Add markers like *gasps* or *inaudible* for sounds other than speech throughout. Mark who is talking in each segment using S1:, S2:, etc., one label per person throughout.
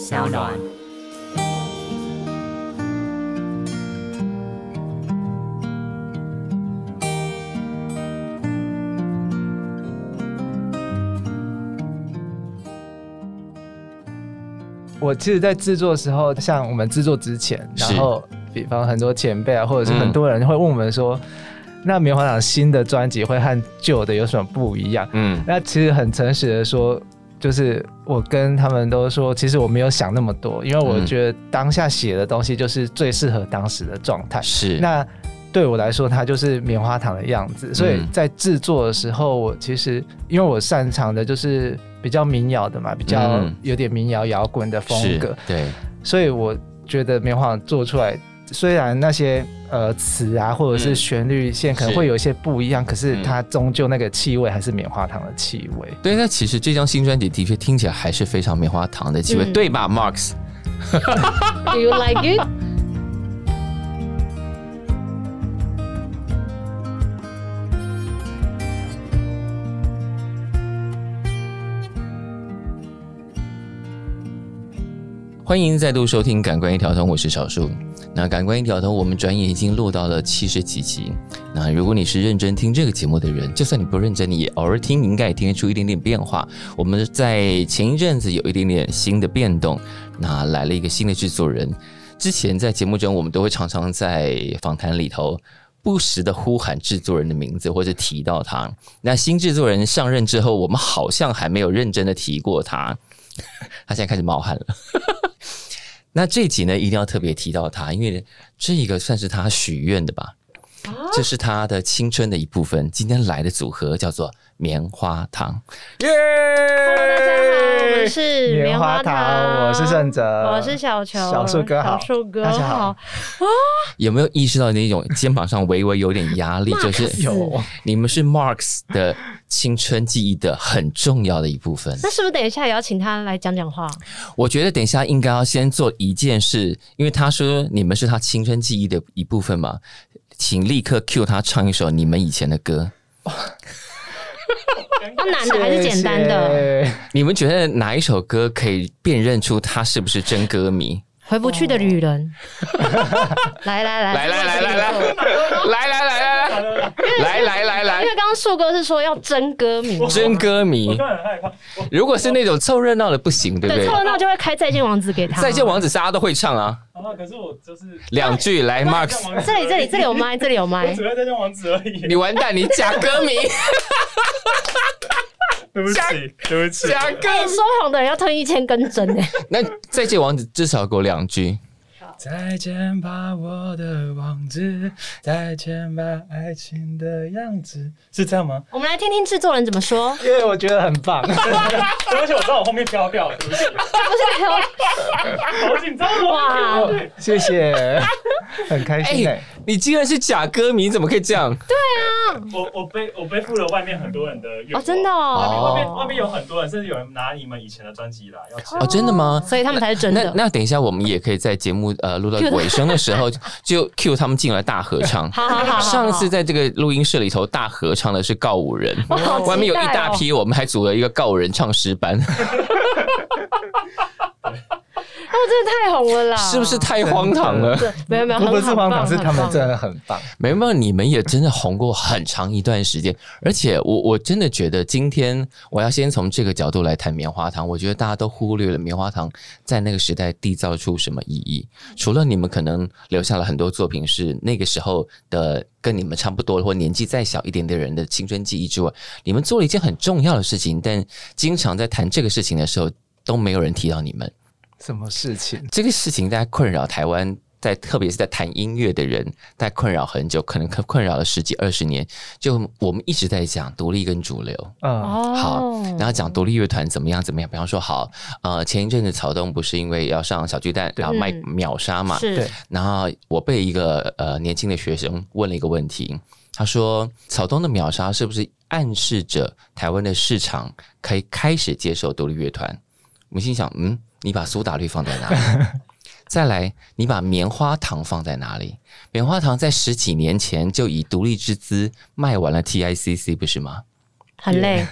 S1: 小暖。
S2: 我其实，在制作的时候，像我们制作之前，然
S3: 是
S2: 后比方很多前辈啊，或者是很
S3: 嗯
S2: 多人会问我们说，那棉花糖新的专辑会和旧的有什么不一样？
S3: 嗯
S2: 那其实很诚实的说，就是我跟他们都说，其实我没有想那么多，因为我
S3: 嗯
S2: 觉得当下写的东西就是最适合当时的状态。
S3: 是
S2: 那对我来说，它就是棉花糖的样子。所
S3: 嗯
S2: 以在制作的时候，我其实因为我擅长的就是比较民谣的嘛，比较
S3: 嗯
S2: 有点民谣摇滚的风
S3: 是
S2: 格，
S3: 对
S2: 所以我觉得棉花糖做出来，虽然那些呃词啊或者是
S3: 嗯
S2: 旋律线可能会
S3: 是
S2: 有一些不一样，可是
S3: 嗯
S2: 它终究那个气味还是棉花糖的气味。
S3: 对。那其实这张新专辑的确听起来还是非常棉花糖的气味，
S4: 嗯
S3: 对吧，Marks？
S4: Do you like it？
S3: 欢迎再度收听《感官一条通》，我是小树。那《感官一条通》，我们转眼已经录到了七十几集。那如果你是认真听这个节目的人，就算你不认真，你也偶尔听，你应该也听得出一点点变化。我们在前一阵子有一点点新的变动，那来了一个新的制作人。之前在节目中，我们都会常常在访谈里头不时的呼喊制作人的名字或者提到他。那新制作人上任之后，我们好像还没有认真的提过他。 *laughs* 他现在开始冒汗了。那这一集呢，一定要特别提到他，因为这一个算是他许愿的吧，这是他的青春的一部分。今天来的组合叫做棉花糖，耶、
S4: Hello，大家好，我们是棉花糖，
S2: 我是盛哲，
S4: 我是小球，
S2: 小树哥
S4: 小
S2: 好
S4: 树哥
S2: 大家好
S4: 好，
S3: 有没有意识到那种肩膀上微微有点压力？就是
S2: 有
S3: 你们是 Marx 的青春记忆的很重要的一部分。
S4: 那是不是等一下也要请他来讲讲话？
S3: 我觉得等一下应该要先做一件事，因为他说你们是他青春记忆的一部分嘛，请立刻 cue 他唱一首你们以前的歌。
S4: 要难的还是简单的？
S2: 谢 *laughs* 谢
S3: 你们觉得哪一首歌可以辨认出他是不是真歌迷？
S4: 回不去的旅人，来来来
S3: 来来来来来来 *laughs* 来来来来来来
S4: 因
S3: 来
S4: 为刚刚树哥是说要真歌迷，
S3: 真歌迷，
S2: 很害怕，
S3: 如果是那种凑热闹的不行，对不
S4: 对，
S3: 对
S4: 凑？热闹就会开再见王子给他。
S3: 再见，王子大家都会唱啊，
S5: 好哦了，可是我
S4: *laughs*
S5: 就是
S3: 两句来，Marks，
S5: 王子
S4: 这里这里这里有麦，这里有麦
S5: 我只，会再见王子而已。
S3: 你完蛋，你假歌
S4: *laughs*
S3: 迷，
S5: *laughs* 对不起，对不起，
S3: 假
S4: 哎
S3: 歌迷。
S4: 说谎的人要吞一千根针哎。
S3: 那再见王子至少给我两句，
S2: 再见吧，我的王子，再见吧，爱情的样子，
S5: 是这样吗？
S4: 我们来听听制作人怎么说。
S2: 因为我觉得很棒。
S5: 对不起，我知道我后面飘掉，对不起，
S4: 不
S5: 好紧张
S4: 是
S5: 哦。
S4: 哇，
S2: 谢
S4: *laughs*
S2: 谢，很开
S3: 哎、
S2: 心哎、
S3: 你竟然是假歌迷，怎么可以这样？
S5: 我我背我背负了外面很多人的愿
S4: 哦，
S5: 望，
S4: 真的
S5: 外面外
S4: 哦
S5: 面，有很多人，甚至有人拿你们以前的专辑来要签
S3: 哦，真的吗？
S4: 所以他们才是啊真
S3: 那
S4: 的。
S3: 那等一下，我们也可以在节目呃录到
S4: Cue 他
S3: 尾声的时候，就 Q 他们进来大合
S4: *laughs*
S3: 唱。
S4: 好好好好，
S3: 上次在这个录音室里头大合唱的是告五人，
S4: 我好期待哦
S3: 外面有一大批，我们还组了一个告五人唱诗班，
S4: 哦，真的太红了啦，
S3: 是不是？太荒唐了？
S4: 对，没有没有，
S2: 不
S4: 很
S2: 不是荒唐，
S4: 很棒
S2: 是他们
S4: 很棒
S2: 真的很棒。
S3: 没有，没有，你们也真的红过很长一段时间，而且我我真的觉得今天我要先从这个角度来谈棉花糖。我觉得大家都忽略了棉花糖在那个时代缔造出什么意义，除了你们可能留下了很多作品是那个时候的跟你们差不多或年纪再小一点的人的青春记忆之外，你们做了一件很重要的事情，但经常在谈这个事情的时候都没有人提到你们。
S2: 什么事情？
S3: 这个事情大家困扰台湾，在特别是在谈音乐的人，大家困扰很久，可能困困扰了十几二十年。就我们一直在讲独立跟主流，
S2: 嗯，
S4: 哦，
S3: 好，然后讲独立乐团怎么样怎么样。比方说，好，呃，前一阵子草东不是因为要上小巨蛋，然后卖
S4: 嗯
S3: 秒杀嘛，
S4: 是
S2: 对
S3: 然后我被一个呃年轻的学生问了一个问题，他说：“草东的秒杀是不是暗示着台湾的市场可以开始接受独立乐团？”我心想：“嗯，你把苏打绿放在哪里？再来，你把棉花糖放在哪里？棉花糖在十几年前就以独立之资卖完了 TICC，不是吗？
S4: 很累，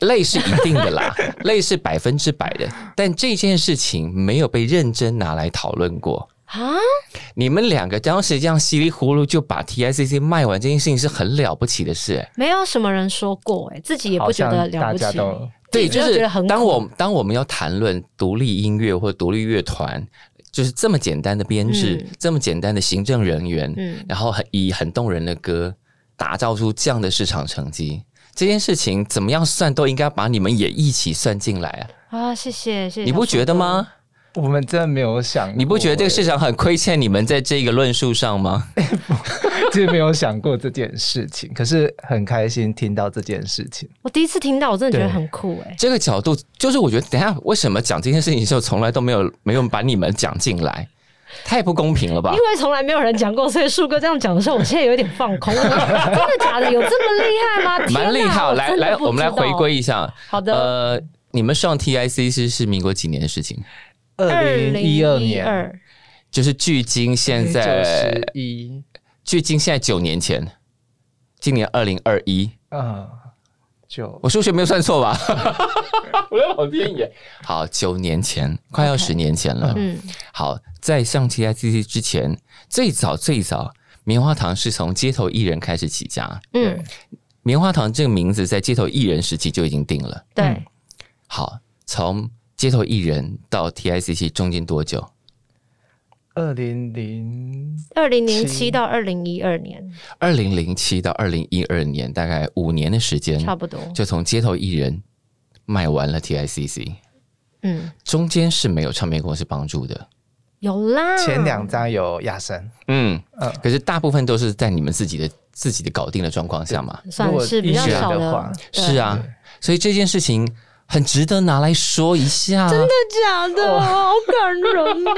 S3: 累是一定的啦，累是百分之百的，但这件事情没有被认真拿来讨论过。
S4: 啊，
S3: 你们两个当时这样稀里糊涂就把 TICC 卖完，这件事情是很了不起的事、哎
S4: 没有什么人说过哎、自己也不觉得了
S2: 大
S4: 不
S2: 家
S4: 起。
S2: 都
S3: 对，
S4: 自己
S3: 就
S4: 都觉
S3: 是
S4: 得很
S3: 当
S4: 苦
S3: 我当我们要谈论独立音乐或独立乐团，就是这么简单的编制，
S4: 嗯
S3: 这么简单的行政人员，
S4: 嗯
S3: 然后很以很动人的歌打造出这样的市场成绩。这件事情怎么样算都应该把你们也一起算进来啊！
S4: 啊，谢谢谢谢，
S3: 你不觉得吗？
S2: 我们真的没有想过，
S3: 你不觉得这个市
S2: 欸
S3: 场很亏欠你们在这个论述上吗？
S2: 其实没有想过这件事情，可是很开心听到这件事情。
S4: 我第一次听到，我真的觉得
S2: 对
S4: 很酷哎、
S3: 这个角度就是我觉得，等一下为什么讲这件事情的时候从来都没有没有把你们讲进来，太不公平了吧
S4: 因？为从来没有人讲过，所以树哥这样讲的时候，我现在有点放
S3: *laughs*
S4: 空。我说真的假的？有这么厉害吗？天哪
S3: 蛮厉害，来来，我们来回。
S4: 真的不知道
S3: 归一下。
S4: 好的，
S3: 呃，你们上 TIC 是是民国几年的事情？呃
S2: 二零一二年，
S4: 2012
S3: 就是距今现
S2: 九
S3: 在，
S2: 十一，
S3: 距今现在九年前，今年二零二一，
S2: 嗯，九
S3: 我数学没有算错 *laughs* 吧？我在往边缘。好，九年前，快要
S4: OK
S3: 十年前了。
S4: 嗯，
S3: 好，在上 TICC 之前，最早最早，棉花糖是从街头艺人开始起家。
S4: 嗯，
S3: 棉花糖这个名字在街头艺人时期就已经定了。
S4: 对，
S3: 好，从街头艺人到 TICC 中间多久？
S2: 二零零
S4: 二零零
S2: 七
S4: 七到二零一二年
S3: 二零零七到二零一二年，大概五年的时间，
S4: 差不多，
S3: 嗯就从街头艺人卖完了 TICC，
S4: 嗯，
S3: 中间是没有唱片公司帮助的。
S4: 有啦，
S2: 前两张有亚神，
S3: 嗯
S2: 嗯，
S3: 可是大部分都是在你们自己的自己的搞定的状况下嘛。
S4: 算是比较
S2: 如果
S4: 少
S2: 音乐的话
S4: 对
S3: 是啊，所以这件事情很值得拿来说一下。真的，
S4: 假
S3: 哦
S4: 的，好感人
S3: *laughs*
S4: 哦！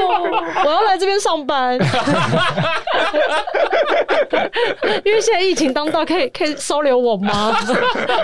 S4: 我要来这边上班，因为现在疫情当道，可以可以收留我
S3: *laughs*
S4: 吗？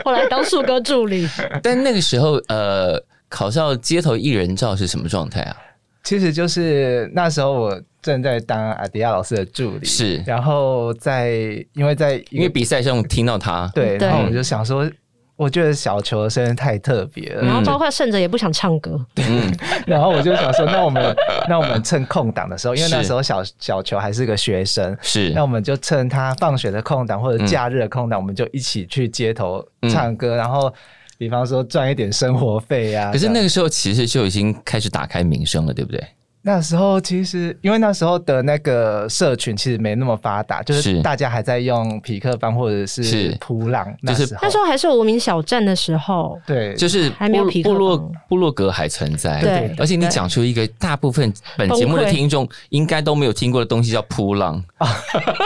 S4: 我来当树哥助理。
S3: 但那个时候，呃，考上街头艺人照是什么状态啊？
S2: 其实就是那时候我正在当阿迪亚老师的助理，
S3: 是
S2: 然后在因为在
S3: 因为比赛上听到他，
S2: 对，
S4: 对
S2: 然后我就想说，我觉得小球的声音太特别了，
S4: 然后包括胜者也不想唱歌，
S3: 嗯，
S2: *laughs* 然后我就想说，那我们那我们趁空档的时候，因为
S3: 是
S2: 那时候小小球还是个学生。
S3: 是嗯
S2: 那我们就趁他放学的空档或者假日的空档，我们就一起去街头唱歌，然后比方说赚一点生活费啊。
S3: 可
S2: 这
S3: 是
S2: 样
S3: 那个时候其实就已经开始打开名声了，对不对？
S2: 那时候其实，因为那时候的那个社群其实没那么发达，就是
S3: 是
S2: 大家还在用匹克帮或者是
S3: 是
S2: 扑浪，那
S3: 就是
S2: 时候
S4: 那时候还是无名小站的时候，
S2: 对，
S3: 就是
S4: 还没有
S3: 部
S4: 皮克
S3: 部落
S4: 风
S3: 部落格还存在，
S4: 对对
S3: 哎而且你讲出一个大部分本节目的
S4: 崩溃
S3: 听众应该都没有听过的东西，叫扑浪。
S4: 他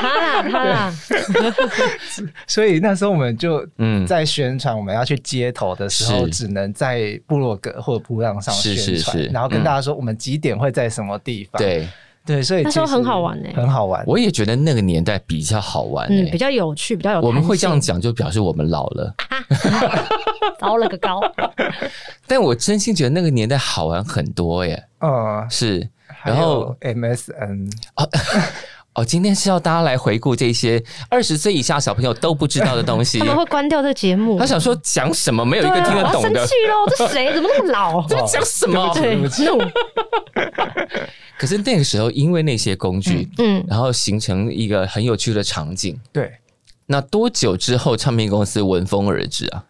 S4: 啦他
S3: *laughs*
S4: 啦，
S2: 所以那时候我们就
S3: 嗯，
S2: 在宣传我们要去街头的时候，
S3: 是
S2: 只能在部落格或扑浪上宣
S3: 嗯是
S2: 传，
S3: 是是
S2: 然后跟大家说我们几点会在什么地方。
S3: 对，
S2: 对，所以
S4: 那时候
S2: 其实
S4: 很好玩欸
S2: 很好玩。
S3: 我也觉得那个年代比较好玩、欸。
S4: 嗯，比较有趣，比较有
S3: 我们会这样
S4: 弹性，
S3: 讲，就表示我们老了。
S4: 高了个
S3: *laughs*
S4: 高，
S3: 但我真心觉得那个年代好玩很多耶。
S2: 嗯，
S3: 是
S2: 还有
S3: 然后
S2: MSN
S3: 哦，今天是要大家来回顾这些二十岁以下小朋友都不知道的
S4: *laughs*
S3: 东西
S4: 他。们会关掉这节目。
S3: 他想说讲什么，没有一个
S4: 对啊
S3: 听得懂
S4: 我要
S3: 的
S4: 生气。
S3: *laughs*
S4: 喽！这谁怎么那么老？
S3: 在讲什么？
S4: 对，怒，
S3: 可是那个时候，因为那些工具，
S4: 嗯，
S3: 然后形成一个很有趣的场景。
S2: 对，
S3: 那多久之后，唱片公司闻风而至啊？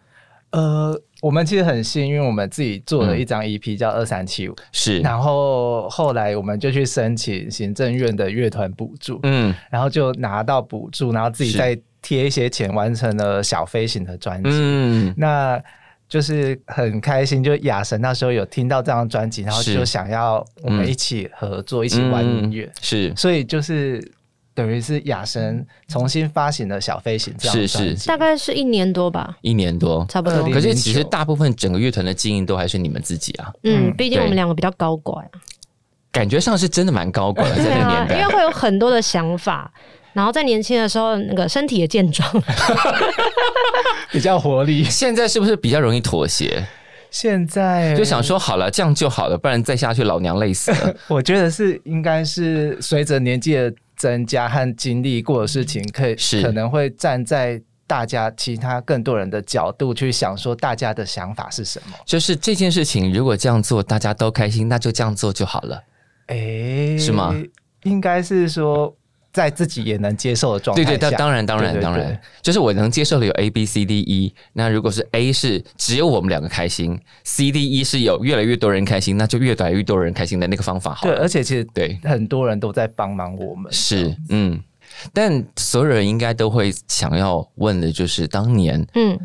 S2: 呃，我们其实很幸运，我们自己做
S3: 嗯
S2: 了一张 EP 叫二三七五，
S3: 是，
S2: 然后后来我们就去申请行政院的乐团补助，
S3: 嗯，
S2: 然后就拿到补助，然后自己
S3: 是
S2: 再贴一些钱，完成了小飞行的专辑。
S3: 嗯，
S2: 那就是很开心，就雅神那时候有听到这张专辑，然后
S3: 是
S2: 就想要我们一起合作，一起玩音乐，
S3: 嗯是
S2: 所以就是等于是雅神重新发行了《小飞行》这张
S3: 是
S2: 专
S3: 是
S2: 辑。
S4: 大概是一年多吧，
S3: 一年多。
S4: 差不多
S2: 2009。
S3: 可是其实大部分整个乐团的经营都还是你们自己啊，
S4: 嗯
S2: 嗯，
S4: 毕竟
S3: 对
S4: 我们两个比较高管，
S3: 感觉上是真的蛮高管的，在
S4: 对
S3: 那个
S4: 啊
S3: 年，
S4: 因为
S3: 代。
S4: 会有很多的想法，然后在年轻的时候，那个身体也健
S3: *laughs*
S4: 壮，
S2: 比较活力。
S3: 现在是不是比较容易妥协？
S2: 现在
S3: 就想，说好了，这样就好了，不然再下去老娘累死了。
S2: 我觉得是应该是随着年纪的增加和经历过的事情，可以
S3: 是
S2: 可能会站在大家其他更多人的角度去想，说大家的想法是什么？
S3: 就是这件事情，如果这样做大家都开心，那就这样做就好了。
S2: 哎、
S3: 是吗？
S2: 应该是说在自己也能接受的状态
S3: 对
S2: 下。
S3: 对，当当然当然
S2: 对对
S3: 当然，就是我能接受的有 A B C D E。那如果是 A 是只有我们两个开心，C D E 是有越来越多人开心，那就越来越多人开心的那个方法好
S2: 对，
S3: 了。
S2: 而且其实
S3: 对
S2: 很多人都在帮忙我们。
S3: 是，嗯，但所有人应该都会想要问的就是，当年
S4: 嗯，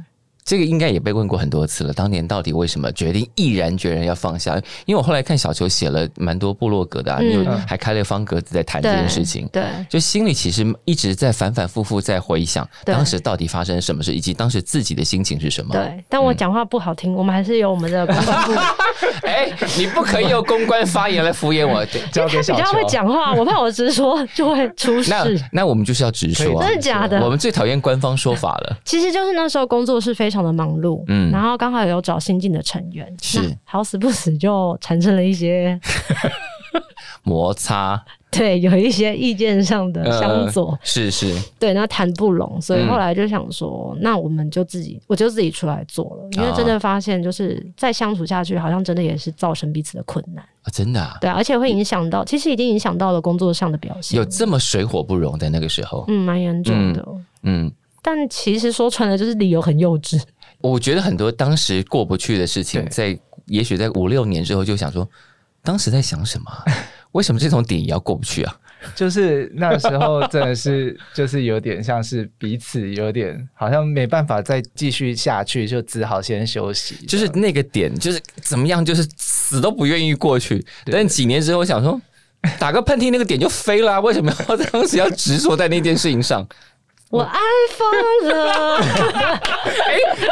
S3: 这个应该也被问过很多次了，当年到底为什么决定毅然决然要放下？因为我后来看小球写了蛮多部落格的、啊，
S4: 嗯
S3: 你有还开了方格子在谈这件事情。嗯
S4: 对，
S3: 就心里其实一直在反反复复在回想
S4: 对
S3: 当时到底发生什么事，以及当时自己的心情是什么。
S4: 对，但我讲话不好听，我们还是有我们的公
S3: *laughs*
S4: 关部，
S3: 哎、你不可以用公关发言来敷衍
S4: *laughs*
S3: 我。对
S2: 交给
S4: 比
S2: 小
S4: 较会
S2: 球
S4: 讲
S3: *laughs*
S4: 话，我怕我直说就会出事
S3: 那。那我们就是要直说啊、
S4: 真的假的？
S3: 我们最讨厌官方说法了。
S4: 其实就是那时候工作是非常的忙碌，
S3: 嗯
S4: 嗯，然后刚好有找新进的成员，
S3: 是
S4: 那好死不死就产生了一些
S3: 摩擦
S4: 对有一些意见上的相左，
S3: 呃是是，
S4: 对，那谈不拢，所以
S3: 嗯
S4: 后来就想说，那我们就自己我就自己出来做了，因为
S3: 啊
S4: 真的发现就是再相处下去，好像真的也是造成彼此的困难，
S3: 啊真的、啊、
S4: 对啊，而且会影响到，其实已经影响到了工作上的表现，
S3: 有这么水火不容在那个时候。
S4: 嗯蛮严重的。
S3: 嗯，
S4: 但其实说穿了，就是理由很幼稚。 *laughs*
S3: 我觉得很多当时过不去的事情，
S2: 对
S3: 在也许在五六年之后就想说，当时在想什么
S4: *laughs*
S3: 啊、为什么这种点也要过不去啊？
S2: 就是那时候真的是就是有点像是彼此有点好像没办法再继续下去，就只好先休息。
S3: 就是那个点，就是怎么样，就是死都不愿意过去。
S2: 对
S3: 但几年之后，想说打个喷嚏，那个点就飞了啊、为什么要当时要执着在那件事
S4: *laughs*
S3: 情上？
S4: 我爱疯了， *laughs*
S3: 哎、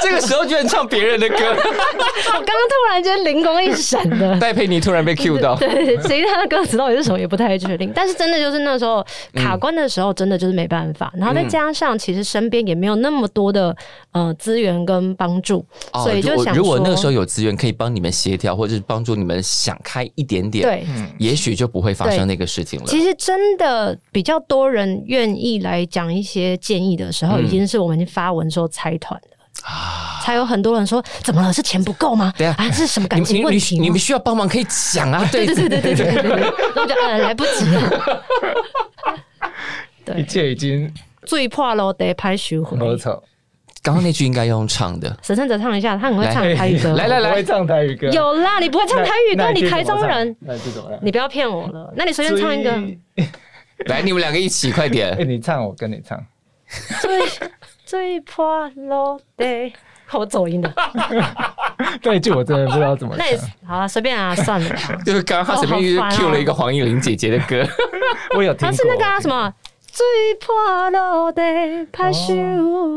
S3: 这个时候居然唱别人的
S4: *laughs*
S3: 歌，
S4: 我刚刚突然间灵光一闪的。
S3: 戴佩妮突然被 cue 到。
S4: 对，其实他的歌词到底是什么也不太确定，但是真的就是那时候卡关的时候，真的就是没办法。然后再加上其实身边也没有那么多的呃资源跟帮助，
S3: 哦
S4: 所以就
S3: 如果
S4: 想
S3: 如果那个时候
S4: 候
S3: 有资源可以帮你们协调，或者是帮助你们想开一点点，，
S4: 对，
S3: 也许就不会发生
S4: 对
S3: 那个事情了。
S4: 其实真的比较多人愿意来讲一些建议的时候，
S3: 嗯
S4: 已经是我们发文说拆团了。
S3: 啊
S4: 才有很多人说，怎么了？是钱不够吗？
S3: 对啊
S4: 是什么
S3: 你
S4: 感
S3: 们
S4: 情
S3: 你
S4: 问
S3: 们
S4: 题吗
S3: 你们需要帮忙可以讲啊，对
S4: 对对对对对对对对，那我就呃来不及了。
S2: 一
S4: 对，
S2: 切已经
S4: 最怕咯，得拍巡回。
S2: 没错。
S3: *laughs* 刚刚那句应该要用唱的，
S4: 沈胜哲唱一下，他很会
S3: 来
S4: 唱台
S2: *laughs*
S4: 语歌。
S3: 来来
S2: 我不会唱台语歌，
S4: 有啦，你不会唱
S2: 那
S4: 台语歌，你台中人，，
S2: 那你句怎么唱？
S4: 你不要骗我了。那你随
S2: 那你句怎么
S4: 便唱一个。
S3: *laughs* 来你们两个一起快
S2: 哎，
S3: 点，
S2: 你唱我跟你 *laughs* 唱，
S4: 最最怕咯，得我走音了。
S2: 这一句我真的不知道怎么
S4: 那
S2: 唱
S4: 也，是好了，随便啊，算了啦。
S3: *laughs* 就是刚刚他随便就
S4: 哦好烦哦
S3: cue 了一个黄义玲姐姐的歌，
S2: 我有听
S4: 他
S2: 过。
S4: 是那个啊什么。最怕落地拍手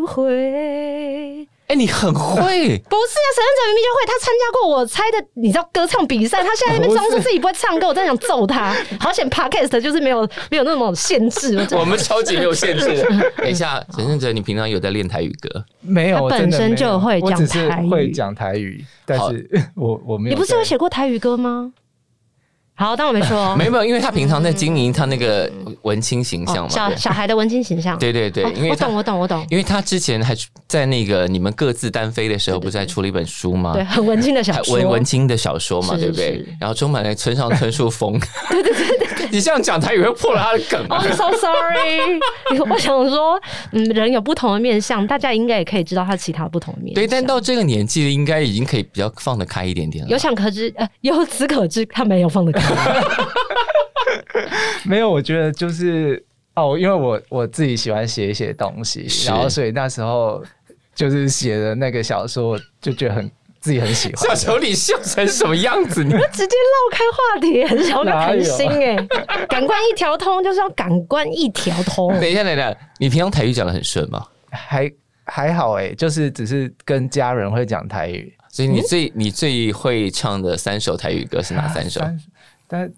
S4: 回，
S3: *laughs* 哎，你很会，
S4: 不是啊，沈恩哲明明就会，他参加过我猜的，你知道歌唱比赛，他现在在那边装
S2: 不
S4: 作
S2: 是
S4: 自己不会唱歌，我真的想揍他。好险，Podcast 就是没有没有那种限制，我真
S3: *laughs* 我
S4: 的
S3: 们超级没有限制的。 *laughs* 等一下，陈胜哲，你平常有在练台语歌？
S2: 没有，
S4: 他
S2: 我真的
S4: 本身
S2: 没有
S4: 就会
S2: 我
S4: 讲
S2: 只是
S4: 台语
S2: 会讲台语，但
S3: 好
S2: 是 *laughs* 我我没
S4: 你
S2: 有在。
S4: 不是有写过台语歌
S3: *laughs*
S4: 吗？好，当我没说哦。
S3: 没有没有，因为他平常在经营他那个文青形象
S4: 哦，
S3: 嘛
S4: 小，小孩的文青形象。
S3: 对对对
S4: 哦
S3: 对，因为
S4: 我
S3: 他
S4: 懂，我懂，我懂。
S3: 因为他之前还在那个你们各自单飞的时候，不是还出了一本书吗？
S4: 对，很文青的小
S3: 还
S4: 说。
S3: 哎文文青的小说嘛，
S4: 是
S3: 对不对
S4: 是？
S3: 然后充满了村上春树风。对对对对， *laughs* 你这样讲台语会破了他的梗
S4: 哦、
S3: 啊
S4: i！m so sorry。我
S3: *laughs*
S4: 想说，嗯，人有不同的面相，大家应该也可以知道他其他不同的面相。
S3: 对，但到这个年纪，应该已经可以比较放得开一点点
S4: 有
S3: 了。
S4: 想可知，呃，由此可知，他没有放
S3: *laughs*
S4: 得开。
S2: 没有，我觉得就是哦，因为我我自己喜欢写一些东西，
S3: 是
S2: 然后所以那时候就是写的那个小说，就觉得很自己很喜
S3: *laughs* 小
S2: 欢。
S3: 球，你笑成什么样子？你
S4: 直接绕开话题，很想要谈心哎、
S3: 啊
S4: 感官一条通就是要感官一条通。
S3: 等一下，等一下，你平常台语讲的很顺吗？
S2: 还还好哎、就是只是跟家人会讲台语。
S3: 所以你最你最会唱的三首台语歌是哪三首？
S2: 但啊但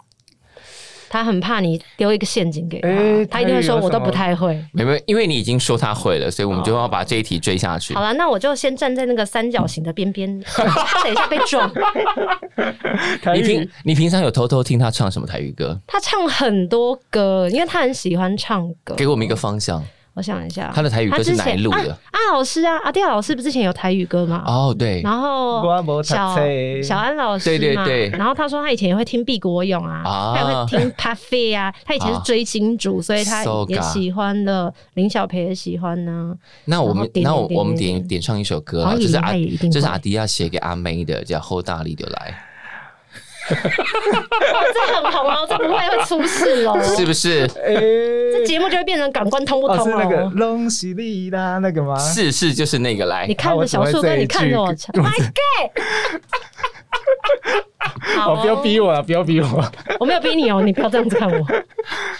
S4: 他很怕你丢一个陷阱给他，
S2: 哎
S4: 他一定会说
S2: 台语有
S4: 我都
S2: 什么
S4: 不太会。
S3: 没没，因为你已经说他会了，所以我们就要把这一题追下去
S4: 哦好。了，那我就先站在那个三角形的边边，等一下被撞。
S2: 台
S3: 你
S2: 语 *laughs*
S3: 平你平常有偷偷听他唱什么台语歌？
S4: 他唱很多歌，因为他很喜欢唱歌。
S3: 给我们一个方向。
S4: 我想一下，
S3: 他的台语歌是哪一路
S4: 他之
S3: 的？
S4: 阿老师啊，阿弟老师不是之前有台语歌吗？
S3: 哦，对，
S4: 然后
S2: 我没读
S4: 小
S2: 册
S4: 小安老师
S3: 对对
S4: 嘛
S3: 对
S4: 然后他说他以前也会听毕国勇啊，
S3: 啊
S4: 他也会
S3: *laughs*
S4: 听 p a f e 啊，他以前是追金主，所以他
S3: So
S4: 也
S3: ga
S4: 喜欢的，林小培也喜欢呢、
S3: 那我
S4: 然
S3: 们
S4: 后点
S3: 那我
S4: 点点
S3: 我们
S4: 点
S3: 点
S4: 点
S3: 点唱一首歌
S4: 黄
S3: 啊，
S4: 以
S3: 这是
S4: 玲
S3: 阿
S4: 她也一定
S3: 这是
S4: 会
S3: 阿迪亚写给阿妹的，叫《后大力的来
S4: 哦，这很红哦，这不会会出事哦，》，
S3: *laughs* 是不是？
S2: 哎，
S4: 这节目就会变成感官通不通
S2: 哦，
S4: 哦。
S2: 是那个龙喜利啦，那个吗？
S3: 是是，就是那个来
S4: 你。看着小树
S2: 啊我怎么
S4: 根，
S2: 会这一
S4: 你看着我
S2: 句
S4: ，My God！好、 *laughs*
S2: 哦，不要逼我啊，不要逼我。
S4: 我没有逼你哦，你不要这样子看我。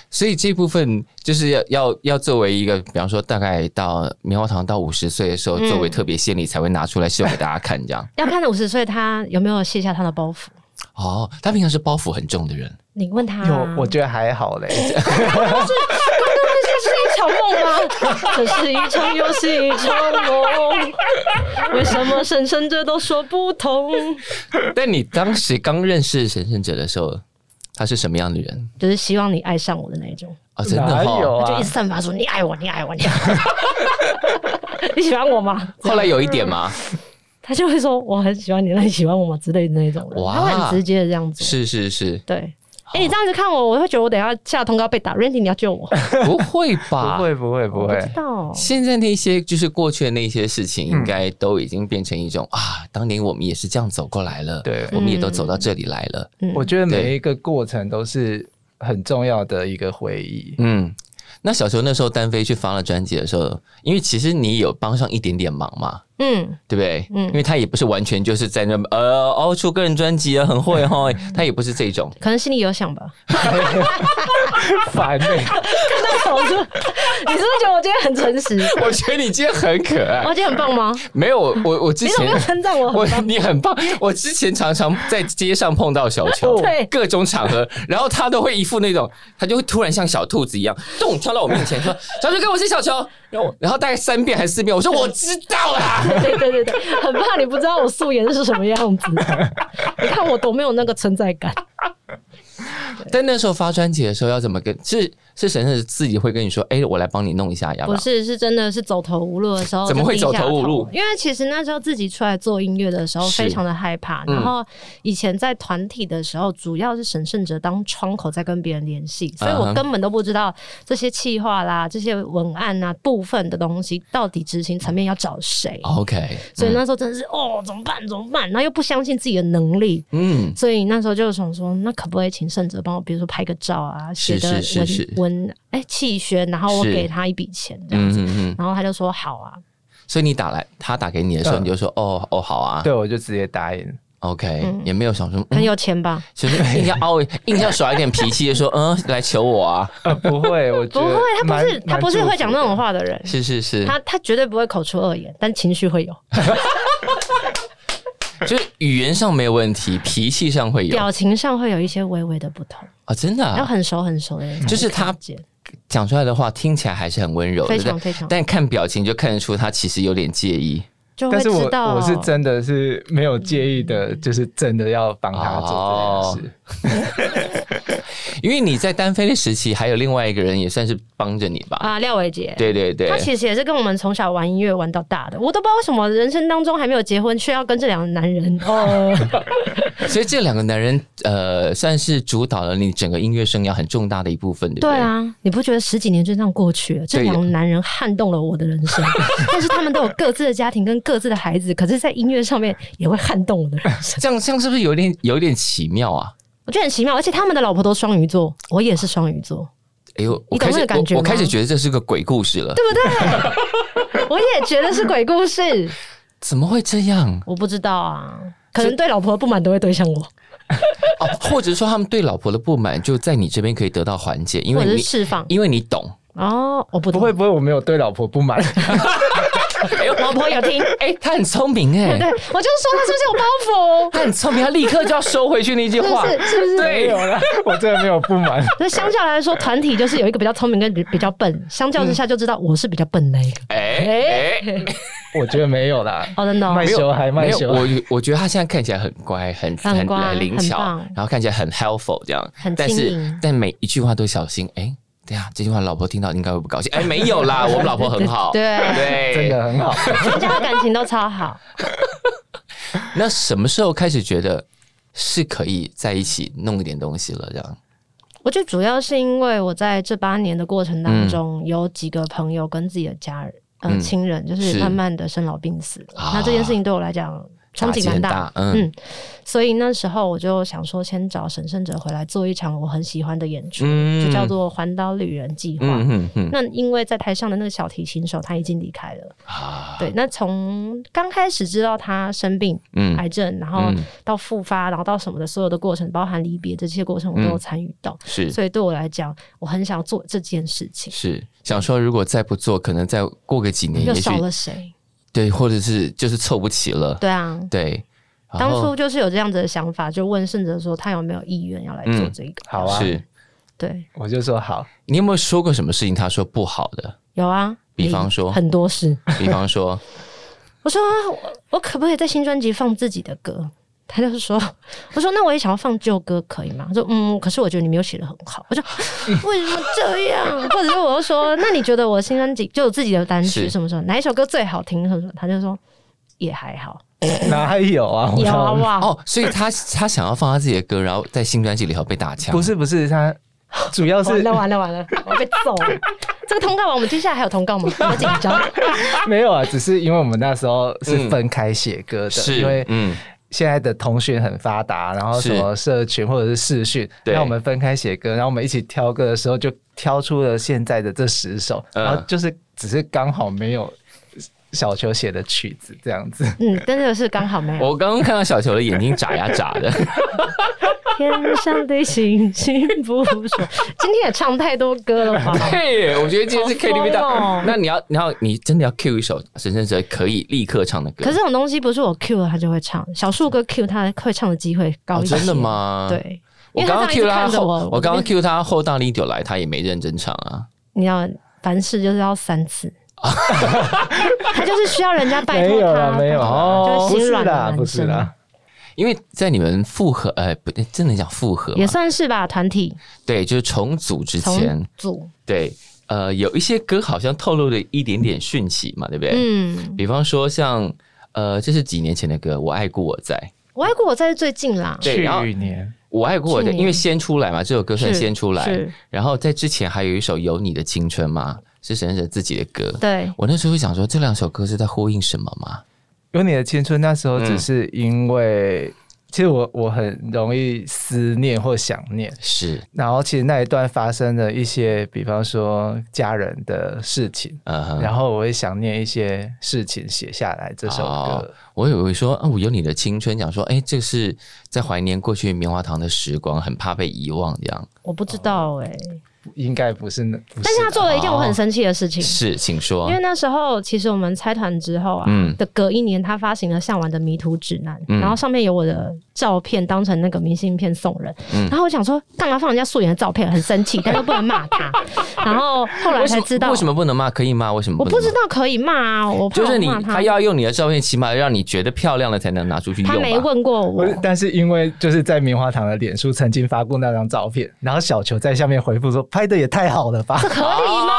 S3: 所以这部分就是要要要作为一个，比方说大概到棉花糖到五十岁的时候，
S4: 嗯
S3: 作为特别献礼才会拿出来秀给大家看，这样。
S4: 要看五十岁他有没有卸下他的包袱，
S3: *laughs* 哦，他平常是包袱很重的人，
S4: 你问他、啊。
S2: *laughs*
S4: 哦
S2: 有，我觉得还好
S4: *laughs*
S2: 嘞。
S4: 这是一场梦吗？
S2: *laughs*
S4: 这是一场又是一场梦，为什么神圣者都说不通？
S3: 但你当时刚认识神圣者的时候，他是什么样的人
S4: 就是希望你爱上我的那一种，
S3: 啊、真的
S2: 哪有
S3: 哦，
S4: 我就
S2: 啊
S4: 一直？散发出你爱我，你爱我，你爱我。 *laughs* 你喜欢我吗？
S3: 后来有一点吗？
S4: 他就会说我很喜欢你，那你喜欢我吗？之类的那一种人，
S3: 哇
S4: 他会很直接的这样子。
S3: 是是是，
S4: 对，哎、你这样子看我，我会觉得我等一下下通告被打，Randy 你要
S3: *laughs*
S4: 救我，
S3: 不会吧？
S2: 不会，不会，不
S4: 哦我不
S2: 会。
S4: 知道。
S3: 现在那些就是过去的那些事情，应该都已经变成一种、啊，当年我们也是这样走过来了，
S2: 对
S3: 我们也都走到这里来了。
S4: 嗯
S2: 我觉得
S3: 对
S2: 每一个过程都是很重要的一个回忆。
S3: 嗯，那小球那时候单飞去发了专辑的时候，因为其实你有帮上一点点忙嘛，
S4: 嗯，
S3: 对不对？
S4: 嗯
S3: 因为他也不是完全就是在那呃哦出个人专辑啊，很会哈，他也不是这种。
S4: 可能心里有想 *laughs* 吧。
S2: 烦欸嘞，
S4: 我说，你是不是觉得我今天很诚实？
S3: 我觉得你今天很可爱
S4: 我，今天很棒吗？
S3: 没有我我我之
S4: 你怎么没有
S3: 前。
S4: 称赞我
S3: *laughs* 我
S4: 很棒？，
S3: 你很棒，我之前常常在街上碰到小球
S4: 对
S3: 各种场合，然后他都会一副那种，他就会突然像小兔子一样，咚跳到我面前说：“小球哥，我是小球。”然后我，然后大概三遍还是四遍，我说：“我知道啦。
S4: *laughs* 对对对对，很怕你不知道我素颜是什么样子。你看我多没有那个存在感。”
S3: *laughs* 但那时候发专辑的时候要怎么跟？是是神是自己会跟你说：“哎，我来帮你弄一下，要不
S4: 不
S3: 要
S4: 是，是真的是走投无路的时候，
S3: 怎么会
S4: 就低下
S3: 走投无路
S4: 头因为其实那时候自己出来做音乐的时候，
S3: 是
S4: 非常的害怕。
S3: 嗯
S4: 然后以前在团体的时候，主要是神圣者当窗口在跟别人联系，所以
S3: 嗯哼
S4: 我根本都不知道这些企划啦、这些文案啊部分的东西到底执行层面要找谁。
S3: 哦？”OK，
S4: 所以那时候真的是哦，怎么办？怎么办？然后又不相信自己的能力，
S3: 嗯，
S4: 所以那时候就想说，那可不可以请圣者帮我，比如说拍个照啊，
S3: 是
S4: 写的文
S3: 是是是
S4: 文哎气宣，然后我
S3: 是
S4: 给他一笔钱这样
S3: 嗯
S4: 子，
S3: 嗯嗯，
S4: 然后他就说好啊，
S3: 所以你打来，他打给你的时候，
S2: 嗯
S3: 你就说：“哦哦，好啊
S2: *laughs* 对，我就直接答应。
S3: ，OK。”
S4: 嗯
S3: 也没有想说，嗯
S4: 很有钱吧？
S3: 就是
S4: *laughs*
S3: 硬要凹，硬要耍一点脾气，就说嗯，来求我啊！
S2: 呃，不会，我觉
S4: 不
S2: 得
S4: 会，他不是
S2: 蛮
S4: 他不是会讲那。
S2: 蛮祝福
S4: 种
S2: 的
S4: 话的人，
S3: 是是是，
S4: 他他绝对不会口出恶言，但情绪会有，
S3: *laughs* 就是语言上没有问题，脾气上会有
S4: 表情上会有一些微微的不同，
S3: 啊，真的、
S4: 然后
S3: 啊，
S4: 很熟很熟的人才会
S3: 就是他
S4: 看见
S3: 讲出来的话听起来还是很温柔的，
S4: 非常
S3: 但
S4: 非常
S3: 但看表情就看得出他其实有点介意。
S4: 就会
S2: 但是
S4: 知
S2: 我
S4: 道哦
S2: 我是真的是没有介意的，就是真的要帮他做这件事。
S3: 因为你在单飞的时期，还有另外一个人也算是帮着你吧？
S4: 啊，廖伟杰。
S3: 对对对
S4: 他，其实也是跟我们从小玩音乐玩到大的，我都不知道为什么人生当中还没有结婚，却要跟这两个男人哦，
S3: 所以这两个男人呃，算是主导了你整个音乐生涯很重大的一部分，对不
S4: 对
S3: 对？
S4: 啊，你不觉得十几年就这样过去了？这
S3: 对
S4: 两个男人撼动了我的人
S2: *laughs*
S4: 生，但是他们都有各自的家庭跟各自的孩子，可是，在音乐上面也会撼动我的人生，
S3: 这样这样是不是有点有点奇妙啊？
S4: 我觉得很奇妙。而且他们的老婆都双鱼座，我也是双鱼座，
S3: 哎呦，我
S4: 你懂
S3: 开始
S4: 那个感觉
S3: 我我
S4: 吗
S3: 开始觉得这是个鬼故事了，
S4: *laughs* 我也觉得是鬼故事，
S3: 怎么会这样？
S4: 我不知道啊，可能对老婆的不满都会对向我，
S3: 哦，或者说他们对老婆的不满就在你这边可以得到缓解，因
S4: 或
S3: 为
S4: 者是
S3: 你
S4: 释放。
S3: 因为你懂。
S4: 哦，我不
S2: 不
S4: 懂
S2: 会，不会，我没有对老婆不满。
S4: 老婆有听，
S3: 哎、他很聪明哎、
S4: 对，我就是说他是不是有包袱？
S3: *laughs* 他很聪明，他立刻就要收回去那句话。
S4: 是不是是不是？
S2: 没有啦， *laughs* 我真的没有不满。
S4: 那相较来说，团体就是有一个比较聪明跟比比较笨，相较之下就知道我是比较笨那一
S3: *laughs*
S4: 个。
S3: 哎、
S4: 哎、
S2: 我觉得没有啦，
S4: 哦，真的、哦
S2: *laughs* 卖，啊
S3: 没有
S2: 羞还卖
S3: 没
S2: 羞
S3: 有，。我我觉得他现在看起来很乖，很
S4: 很乖
S3: 灵
S4: 很
S3: 巧
S4: 棒，
S3: 然后看起来很 helpful 这样，
S4: 很
S3: 但
S4: 轻
S3: 是
S4: 盈
S3: 但每一句话都小心。哎、对呀，这句话老婆听到应该会不高兴。哎，没
S4: *laughs*
S3: 有啦，我们老婆很好，
S4: 对
S3: 对，
S2: *laughs* 真的很好。
S4: 全家的感情都超好。
S3: 那什么时候开始觉得是可以在一起弄一点东西了？这样，
S4: 我觉得主要是因为我在这八年的过程当中，有几个朋友跟自己的家人、
S3: 嗯
S4: 呃亲人，就是
S3: 是
S4: 慢慢的生老病死了。
S3: 啊
S4: 那这件事情对我来讲冲
S3: 打
S4: 击
S3: 击
S4: 蛮
S3: 很
S4: 大，
S3: 大，嗯
S4: 嗯所以那时候我就想说，先找沈胜哲回来做一场我很喜欢的演出，
S3: 嗯
S4: 就叫做《环岛旅人计划》
S3: 嗯嗯嗯，
S4: 那因为在台上的那个小提琴手他已经离开了，
S3: 啊，
S4: 对。那从刚开始知道他生病、
S3: 嗯
S4: 癌症，然后
S3: 嗯
S4: 到复发，然后到什么的所有的过程，包含离别这些过程，我都
S3: 嗯
S4: 有参与到。
S3: 是
S4: 所以对我来讲，我很想做这件事情，
S3: 是，想说如果再不做，可能再过个几年，
S4: 又
S3: 嗯也许
S4: 少了谁？
S3: 对，或者是就是凑不齐了，
S4: 对啊，
S3: 对。然
S4: 当
S3: 后
S4: 初就是有这样子的想法，就问圣哲说他有没有意愿要来
S3: 嗯
S4: 做这个。
S2: 好啊，
S3: 是
S4: 对，
S2: 我就说好，
S3: 你有没有说过什么事情？他说不好的，
S4: 有啊。
S3: 比方说
S4: 很多事，
S3: 比方说，
S4: 我说、啊、我我可不可以在新专辑放自己的歌？他就说， *laughs* 我说那我也想要放旧歌，可以吗？他说嗯，可是我觉得你没有写的很好。我说 *laughs* 为什么这样？或者是我就说，那你觉得我新专辑就有自己的单曲
S3: 是
S4: 什么什么，哪一首歌最好听？什么什么？他就说也还好，
S2: 哪有啊？我
S4: 有 *laughs* 啊
S2: 说
S4: 哇，
S3: 哦，所以他他想要放他自己的歌，然后在新专辑里头被打枪，
S2: 不是不是，他主要
S4: 完
S2: 是
S4: 了完了完了， *laughs* 我被揍了。哦这个通告完，我们接下来还有通告 *laughs* 吗？好紧张。
S2: 没有啊，只是因为我们那时候是分开写歌的，
S3: 是
S2: 因为
S3: 嗯
S2: 现在的通讯很发达，然后
S3: 是
S2: 什么社群或者是视讯，
S3: 对
S2: 那我们分开写歌，然后我们一起挑歌的时候就挑出了现在的这十首，
S3: 嗯
S2: 然后就是只是刚好没有小球写的曲子这样子。
S4: 嗯，真的是刚好没有。
S3: 我刚刚看到小球的眼睛眨呀眨
S4: *laughs*
S3: 的，
S4: 天上的星星不说， *laughs* 今天也唱太多歌了
S3: *laughs*
S4: 吧？
S3: 对，我觉得今天是
S4: 好疯
S3: KTV 大
S4: 哦。
S3: 那你要，你要，你真的要 Q 一首沈圣哲可以立刻唱的歌。
S4: 可是这种东西不是我 Q 了他就会唱，小树哥 Q 他会唱的机会高
S3: 哦，
S4: 一些。
S3: 真的？吗？，
S4: 对，因
S3: 我
S4: 为
S3: 刚
S4: 他
S3: 刚
S4: 这
S3: Q
S4: 样
S3: 他
S4: 一直看着
S3: 后，
S4: 我，
S3: 我刚刚
S4: 就
S3: Q 他后大力酒来，他也没认真唱啊。
S4: 你要凡事就是要三
S3: *laughs*
S4: 次，他就是需要人家 *laughs* 拜
S2: 没
S4: 托
S2: 有
S4: 他，
S2: 啦，没有啦，
S3: 哦
S4: 就是
S2: 不
S4: 心
S2: 是
S4: 软的
S2: 啦，
S4: 男
S2: 不是
S4: 生
S2: 啦，
S3: 因为在你们复合，呃，不对，真的讲复合
S4: 也
S3: 嘛？
S4: 算是吧，团体
S3: 对，就是重组之前
S4: 重，组，
S3: 对，呃，有一些歌好像透露了一点点讯息嘛，对不对？
S4: 嗯，
S3: 比方说像，呃，这是几年前的歌，《我爱过我在》，
S4: 我爱过我在是最近啦，
S3: 对然后
S2: 去年
S3: 我爱过我在，
S4: 去年
S3: 因为先出来嘛，这首歌算
S4: 是
S3: 先出来
S4: 是。
S3: 然后在之前还有一首《有你的青春》嘛，是沈沈自己的歌。
S4: 对，
S3: 我那时候会想说，这两首歌是在呼应什么吗？
S2: 有你的青春，那时候
S3: 嗯
S2: 只是因为，其实我我很容易思念或想念。
S3: 是，
S2: 然后其实那一段发生了一些，比方说家人的事情，
S3: 嗯哼。
S2: 然后我会想念一些事情写下来这首
S3: 哦
S2: 歌。
S3: 我以为说啊，我有你的青春，讲说，哎，这是在怀念过去棉花糖的时光，很怕被遗忘，这样
S4: 我不知道哎、
S2: 应该不是那，不
S4: 但是他做了一件我很生气的事情，
S3: 哦是，请说
S4: 因。为那时候其实我们拆团之后啊，
S3: 嗯
S4: 的隔一年他发行了《向往的迷途指南》
S3: 嗯
S4: 然后上面有我的照片当成那个明信片送人，
S3: 嗯
S4: 然后我想说干嘛放人家素颜的照片，很生
S3: *laughs*
S4: 气，但又不能骂他，然后后来
S3: 为什
S4: 才
S3: 么
S4: 知道
S3: 为什么不能骂？可以骂？为什么
S4: 我
S3: 能
S4: 不知
S3: 骂？
S4: 道可以骂啊，我怕
S3: 就是
S4: 我
S3: 你
S4: 骂，
S3: 他要用你的照片，起码让你觉得漂亮了才能拿出去用
S4: 他没
S3: 吧？
S4: 问过我
S2: 不
S3: 哦
S2: 是，，但是因为就是在棉花糖的脸书曾经发过那张照片，然后小球在下面回复说拍的也太好
S4: *laughs*
S2: 了吧，
S4: 合理吗？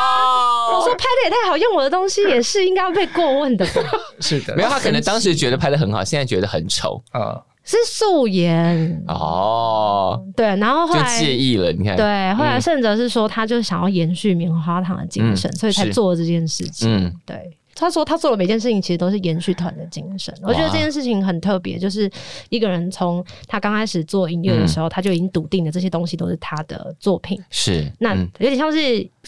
S4: 我说拍的也太好，用我的东西也是应该要被过问的吧？
S3: *laughs*
S2: 是的，
S3: 没有，他可能当时觉得拍的很好，现在觉得很丑
S2: 呃，
S4: 是素颜，
S3: 哦，
S4: 对，然后后
S3: 就
S4: 来
S3: 介意了。你看，
S4: 对，后来
S3: 嗯
S4: 圣哲是说，他就想要延续棉花糖的精神，
S3: 嗯
S4: 所以才
S3: 是
S4: 做了这件事情。
S3: 嗯
S4: 对，他说他做的每件事情其实都是延续团的精神。我觉得
S3: 哇
S4: 这件事情很特别，就是一个人从他刚开始做音
S3: 嗯
S4: 乐的时候，他就已经笃定了这些东西都是他的作品。
S3: 是
S4: 那
S3: 嗯
S4: 有点像是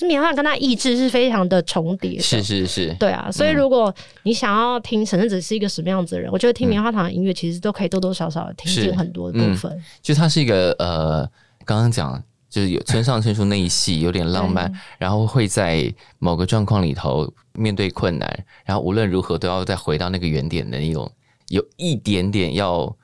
S4: 棉花糖跟他意志是非常的重叠的。
S3: 是嗯是是，
S4: 对啊，所以如果你想要听沈圣哲是一个什么样子的人，我觉得听棉花糖的音乐其实都可以多多少少地听
S3: 嗯是嗯
S4: 见很多的部分。
S3: 就他是一个呃，刚刚讲就是有村上春树那一系有点浪
S2: 嗯
S3: 漫，然后会在某个状况里头面对困难，然后无论如何都要再回到那个原点的那种，有一点点要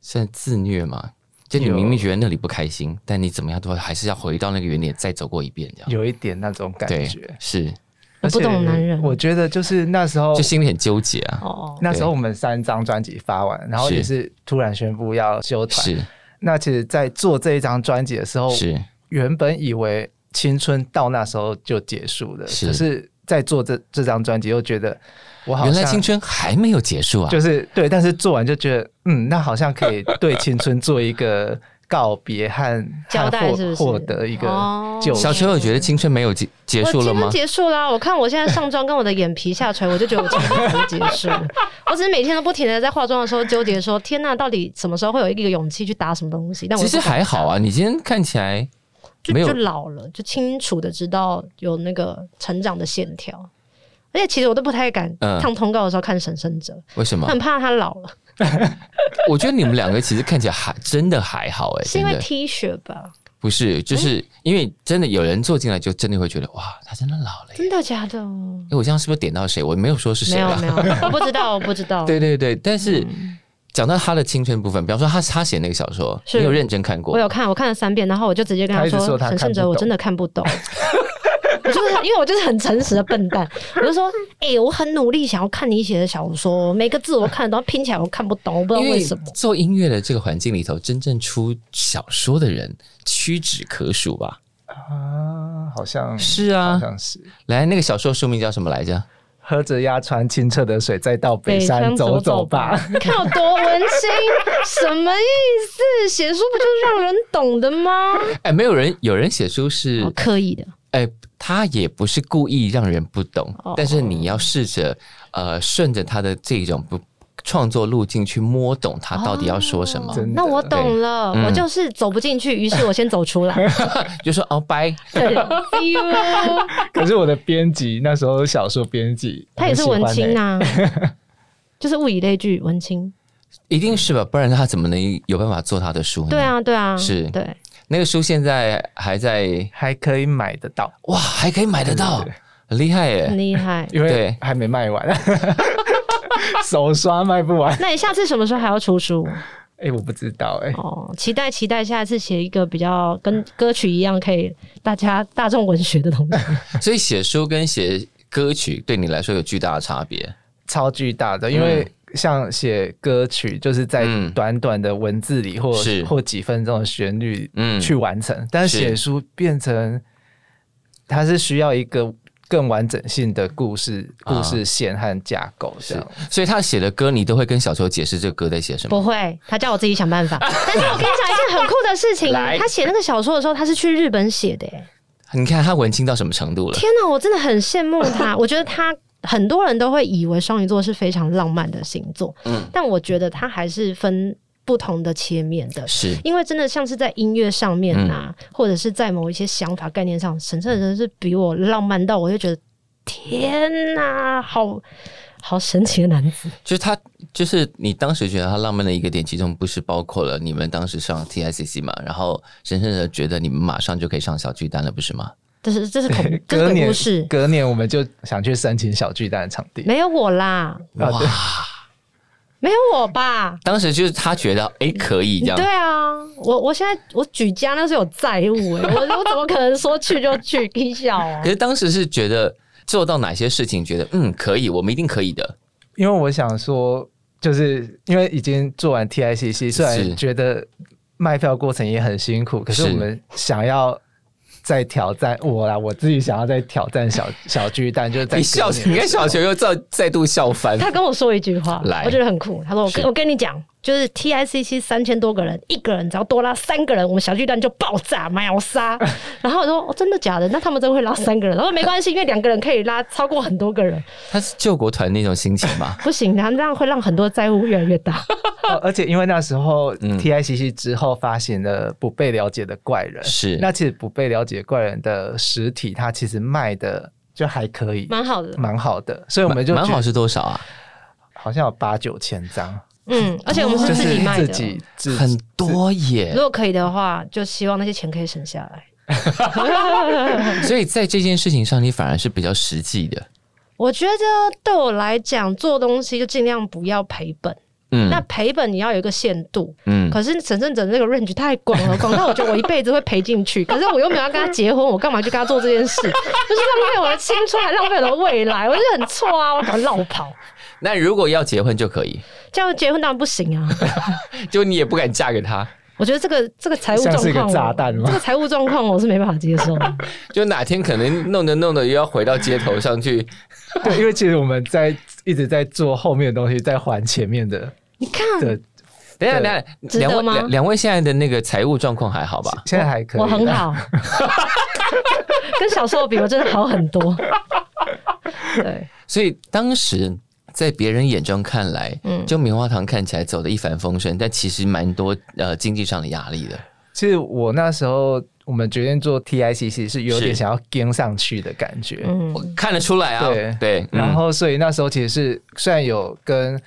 S3: 算自虐嘛。就你
S2: 有
S3: 明明觉得那里不开心，但你怎么样都还是要回到那个原点，再走过一遍，这样
S2: 有一点那种感
S3: 对
S2: 觉。哦
S3: 是，
S4: 我不懂男人
S2: 我觉得就是那时候
S3: 就心里很纠结啊。
S4: 哦，
S2: 那时候我们三张专辑发完，然后
S3: 是
S2: 也是突然宣布要休团。
S3: 是
S2: 那其实，在做这一张专辑的时候，
S3: 是，
S2: 原本以为青春到那时候就结束了，
S3: 是
S2: 可是，在做这这张专辑，又觉得我好
S3: 原
S2: 像
S3: 来青春还没有结束啊！
S2: 就是对，但是做完就觉得，嗯，那好像可以对青春做一个告别和
S4: 交代
S2: 和获
S4: 是不是
S2: 获得一个
S4: 哦
S2: 救赎。
S3: 小秋有觉得青春没有结结
S4: 我
S3: 束
S4: 青
S3: 了
S4: 春
S3: 吗？
S4: 结束啦！我看我现在上妆跟我的眼皮下垂，我就觉得我青春已经结束了。 *laughs* 我只是每天都不停的在化妆的时候纠结说：天呐，到底什么时候会有一个勇气去打什么东西？但我
S3: 其实还好啊，你今天看起来
S4: 就
S3: 没有
S4: 就老了，就清楚的知道有那个成长的线条。而且其实我都不太敢
S3: 嗯
S4: 看通告的时候看《沈生哲》
S3: 为什么？
S4: 很怕他老了，
S3: 我觉得你们两个其实看起来还真的还好哎、
S4: 是因
S3: 真
S4: 为嗯
S3: 的
S4: T 恤吧？
S3: 不是，就是因为真的有人坐进来，就真的会觉得哇，他真的老了耶。
S4: 真的假的？
S3: 哎，我这样是不是点到谁？我没有说是
S4: 没
S3: 谁
S4: 有
S3: 啊。
S4: 没有，我不知道，我不知道。
S3: *laughs* 对对对，但是讲到他的青春部分，比方说他他写那个小说，
S4: 是
S3: 你有认真看过？
S4: 我有看，我看了三遍，然后我就直接跟
S2: 他一直
S4: 说
S2: 说：“他
S4: 陈
S2: 看
S4: 胜
S2: 不
S4: 哲，我
S2: 懂
S4: 真的看不懂。” *laughs* 我就是因为我就是很诚实的笨蛋，我就说：“ *laughs* 哎、我很努力想要看你写的小说，每个字我看得懂，拼起来我看不懂，我不知道
S3: 因
S4: 为
S3: 为
S4: 什么。
S3: 做音乐的这个环境里头，真正出小说的人屈指可数吧？
S2: 啊，好像
S3: 是
S2: 好
S3: 啊，
S2: 像是
S3: 来，那个小说书名叫什么来着？
S2: 喝着鸭川清澈的水，再到北山走走吧。
S4: 你看有多文青，什么意思？写书不就是让人懂的吗？
S3: 哎，没有人，有人写书是
S4: 好刻意的，
S3: 哎，他也不是故意让人不懂，
S4: 哦
S3: 但是你要试着呃顺着他的这种不创作路径去摸懂他到底要说什么，
S4: 哦
S2: 真的
S4: 那我懂了，
S3: 对嗯
S4: 我就是走不进去，于是我先走出来。
S2: *laughs*
S3: 就说哦拜，
S4: 对，see you
S2: *laughs* 可是我的编辑那时候小说编辑，
S4: 他也是
S2: 很喜
S4: 文
S2: 欢
S4: 青
S2: 欸， *laughs*
S4: 啊，就是物以类聚，文青。
S3: 一定是吧，不然他怎么能有办法做他的书呢？
S4: 对，啊，对啊，
S3: 嗯是哎
S4: 对。
S3: 那个书现在还在
S2: 还可以买得到，
S3: 哇，还可以买得到
S2: 对对，
S3: 很厉害
S4: 很
S3: 耶！
S4: 厉
S3: *laughs*
S4: 害。
S2: 因为
S3: 对
S2: 还没卖完， *laughs* 手刷卖不完。
S4: 那你下次什么时候还要出书？
S2: 哎、我不知道哎、
S4: 哦，期待期待，下一次写一个比较跟歌曲一样，可以大家大众文学的东西。
S3: *laughs* 所以写书跟写歌曲对你来说有巨大的差别，
S2: 超巨大的，因为像写歌曲，就是在
S3: 嗯
S2: 短短的文字里或、
S3: 是
S2: 或几分钟的旋律
S3: 嗯
S2: 去完成，但是
S3: 是
S2: 写书变成它是需要一个更完整性的故事、
S3: 啊
S2: 故事线和架构这样。
S3: 所以他写的歌你都会跟小秋解释这个歌在写什么。
S4: 不会，他叫我自己想办法。但是我跟你讲一件很酷的事情，
S3: *laughs* 来
S4: 他写那个小说的时候，他是去日本写的耶。
S3: 你看他文青到什么程度了？
S4: 天哪，我真的很羡慕他。我觉得他很多人都会以为双鱼座是非常浪漫的星座，
S3: 嗯
S4: 但我觉得他还是分不同的切面的。
S3: 是
S4: 因为真的像是在音乐上面啊，
S2: 嗯
S4: 或者是在某一些想法概念上，沈圣人是比我浪漫到，我就觉得天哪，好好神奇的男子。
S3: 就是他，就是你当时觉得他浪漫的一个点，其中不是包括了你们当时上 TICC 嘛，然后神圣的觉得你们马上就可以上小巨蛋了，不是吗？
S4: 这是这是
S2: *laughs*
S4: 恐怖，这是
S2: 隔
S4: 鬼
S2: 年
S4: 故事，
S2: 隔年我们就想去申请小巨蛋的场地，
S4: 没有我啦，
S2: 啊
S3: 哇
S2: 对，
S4: 没有我吧？
S3: 当时就是他觉得诶可以这样
S4: 对，啊，我我现在我举家那是有债务哎、我我怎么可能说去就去？ *laughs* 一笑啊
S3: 可！是当时是觉得做到哪些事情，觉得嗯可以，我们一定可以的，
S2: 因为我想说，就是因为已经做完 TICC，虽
S3: 是
S2: 然觉得卖票过程也很辛苦，可是
S3: 是
S2: 我们想要再挑战我啦，我自己想要再挑战小 *laughs* 小巨蛋，就是在
S3: 你笑，
S2: 隔年
S3: 你看小球又再再度笑翻，
S4: *laughs* 他跟我说一句话
S3: 来，
S4: 我觉得很酷。他说：“我跟
S3: 是
S4: 我跟你讲，就是 TICC 三千多个人，一个人只要多拉三个人，我们小巨蛋就爆炸秒
S2: *laughs*
S4: 杀。”然后我说、哦：“真的假的？那他们真的会拉三个人？”他说：“没关系，因为两个人可以拉超过很多个人，，
S3: 他是救国团那种心情嘛
S4: 不行，然后这样会让很多债务越来越
S2: *laughs*
S4: 大。
S2: 哦而且因为那时候
S3: 嗯
S2: TICC 之后发行了《不被了解的怪人》，
S3: 是
S2: 那其实《不被了解的怪人》的实体，它其实卖的就还可以”，
S4: 蛮好的，
S2: 蛮好的，所以我们就
S3: 蛮
S2: 觉
S3: 好
S2: 得
S3: 是多少啊？
S2: 好像有八九千张，
S4: 嗯，而且我们
S2: 哦就是
S4: 自
S2: 是
S4: 己卖
S2: 自
S4: 的。
S2: 己自
S3: 很多耶
S4: 如，果可以的话，就希望那些钱可以省下
S2: *laughs*
S4: 来。
S3: 所以在这件事情上，你反而是比较实际的，
S4: 我觉得对我来讲，做东西就尽量不要赔本。那
S3: 嗯
S4: 赔本你要有一个限度，
S3: 嗯，
S4: 可是沈正哲那个 range 太广
S3: *laughs*
S4: 了，广到我觉得我一辈子会赔进去。可是我又没有要跟他结婚，我干嘛去跟他做这件事？
S3: *laughs*
S4: 就是浪费我的青春，还浪费我的未来，我就很错啊！我搞绕跑，
S3: 那如果要结婚就可以。
S4: 这样结婚当然不行啊！
S3: 就你也不敢嫁给他，
S4: 我觉得这个这个财务
S2: 像
S4: 状
S2: 是一个
S4: 况，
S2: 炸弹吗
S4: 这个财务状况我是没办法接
S3: *laughs*
S4: 受的。
S3: 就哪天可能弄着弄着又要回到街头上去，
S2: *laughs* 对，因为其实我们在一直在做后面的东西，在还前面的
S4: 你看，
S2: 的，
S3: 等一下，
S2: 对
S3: 等一下，
S4: 值得
S3: 两位
S4: 吗
S3: 两两位现在的那个财务状况还好吧？
S2: 现在还可以，
S4: 我很，
S3: *laughs*
S4: 好，跟小时候比，我真的好很
S3: *laughs*
S4: 多。对，
S3: 所以当时在别人眼中看来，
S4: 嗯
S3: 就棉花糖看起来走的一帆风顺，但其实蛮多呃经济上的压力的。
S2: 其实我那时候我们决定做 TICC 是有点
S3: 是
S2: 想要跟上去的感觉，
S4: 嗯
S3: 我，看得出来啊，
S2: 对
S3: 对，嗯
S2: 然后所以那时候其实是虽然有跟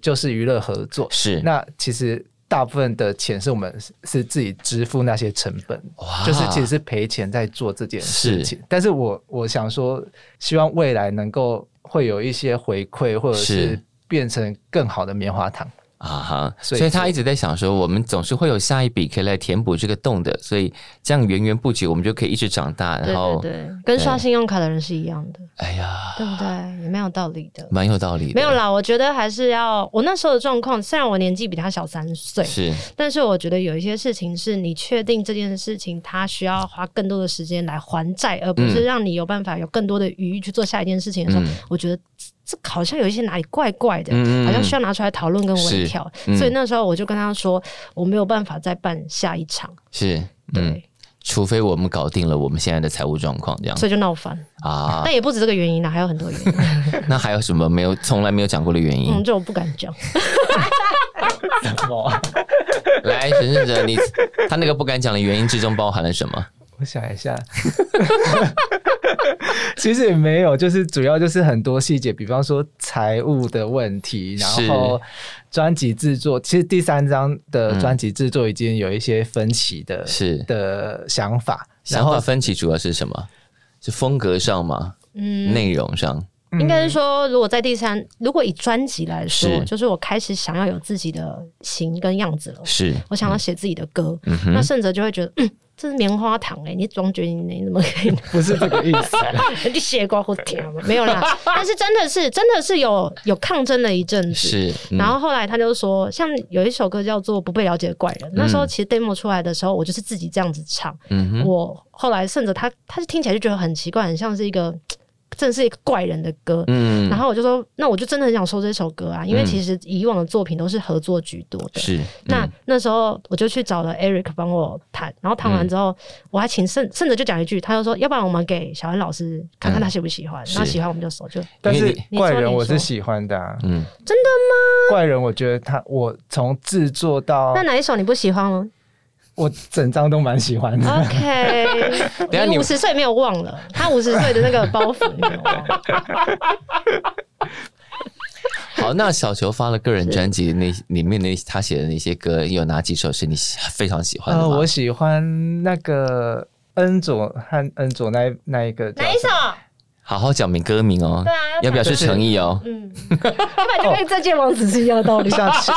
S2: 就是娱乐合作，
S3: 是
S2: 那其实大部分的钱是我们是是自己支付那些成本，
S3: 哇
S2: 就是其实是赔钱在做这件事情。但是我我想说，希望未来能够会有一些回馈，或者
S3: 是
S2: 是变成更好的棉花
S3: *laughs*
S2: 糖。
S3: 啊哈，所
S2: 所以
S3: 以他一直在想说，我们总是会有下一笔可以来填补这个洞的，所以这样源源不绝，我们就可以一直长大。
S4: 对
S3: 然后
S4: 对，对，跟刷信用卡的人是一样的，
S3: 哎呀，
S4: 对不对？也蛮有道理的。
S3: 蛮有道理的，
S4: 没有啦，我觉得还是要我那时候的状况，虽然我年纪比他小三岁，
S3: 是
S4: 但是我觉得有一些事情是你确定这件事情，它需要花更多的时间来还债，而不是让你有办法有更多的余裕去做下一件事情的时候，
S3: 嗯
S4: 我觉得这这好像有一些哪里怪怪的，
S3: 嗯嗯嗯
S4: 好像需要拿出来讨论跟微调。
S3: 嗯
S4: 所以那时候我就跟他说，我没有办法再办下一场，
S3: 是，
S4: 对，
S3: 嗯，哦除非我们搞定了我们现在的财务状况，这样
S4: 所以就闹翻。
S3: 啊，
S4: 但也不止这个原因啦，还有很多原因，
S3: 那还有什么没有从来没有讲过的原
S4: *laughs*
S3: 因？
S4: 嗯，这我不敢讲。
S2: 哦，
S3: *laughs* 来，沈胜哲，你他那个不敢讲的原因之中包含了
S4: *laughs*
S3: 什么？
S2: 我想一下。 *laughs* 其实也没有，就是主要就是很多细节，比方说财务的问题，然
S3: 是嗯
S2: 后专辑制作。其实第三张的专辑制作已经有一些分歧的、
S3: 是
S2: 的想法，然
S3: 想法
S2: 后
S3: 分歧主要是什么？是风格上吗？
S4: 嗯，
S3: 内容上？
S4: 应该是说，如果在第三，如果以专辑来说，
S3: 是
S4: 就是我开始想要有自己的型跟样子了。
S3: 是嗯
S4: 我想要写自己的歌，那圣哲就会觉得，嗯，这是棉花糖哎、你总觉得你你怎么可以
S2: 不是这个意思。
S4: *laughs* 你写瓜或甜吗？没有啦，但是真的是真的是有有抗争了一阵子。
S3: 是，嗯
S4: 然后后来他就说，像有一首歌叫做《不被了解的怪人》，那时候其实 demo 出来的时候，我就是自己这样子唱。
S3: 嗯哼，
S4: 我后来甚至他，他是听起来就觉得很奇怪，很像是一个，真的是一个怪人的歌。
S3: 嗯，
S4: 然后我就说，那我就真的很想收这首歌啊，因为
S3: 嗯
S4: 其实以往的作品都是合作居多的。
S3: 是
S4: 那、
S3: 嗯
S4: 那时候我就去找了 Eric 帮我谈，然后谈
S3: 嗯
S4: 完之后，我还请甚甚至就讲一句，他就说，要不然我们给小安老师看看他喜不喜欢，
S3: 嗯是
S4: 然后喜欢我们就收，就
S2: 但
S3: 因为
S2: 是
S3: 你
S4: 你
S2: 怪
S4: 说
S2: 人
S4: 你
S2: 我
S4: 说
S2: 是喜欢的、啊，
S3: 嗯，
S2: 怪人我觉得他我从制作到
S4: 那哪一首你不喜欢
S3: *laughs*
S4: 吗哦
S2: 我整张都蛮喜欢的。
S4: 啊
S3: *laughs* 等下
S4: ？OK，
S3: 你
S4: 你五十岁没有忘了，他五十岁的那个包袱
S3: *laughs*
S4: 你没有忘
S3: 哦
S4: 了，
S3: 好，那小球发了个人专辑那里面的他写的那些歌，有哪几首是你喜非常喜欢的
S2: 呃，
S3: 吗？
S2: 我喜欢那个恩佐和恩佐那一那一个叫
S4: *laughs* 哪一首？
S3: 好好讲明歌名哦，
S4: 对啊要
S3: 要表示
S2: 讲
S3: 诚意哦。 *laughs*
S4: 嗯，要不然就跟再见王子是一样的道理。
S2: 像
S4: *laughs*
S2: 七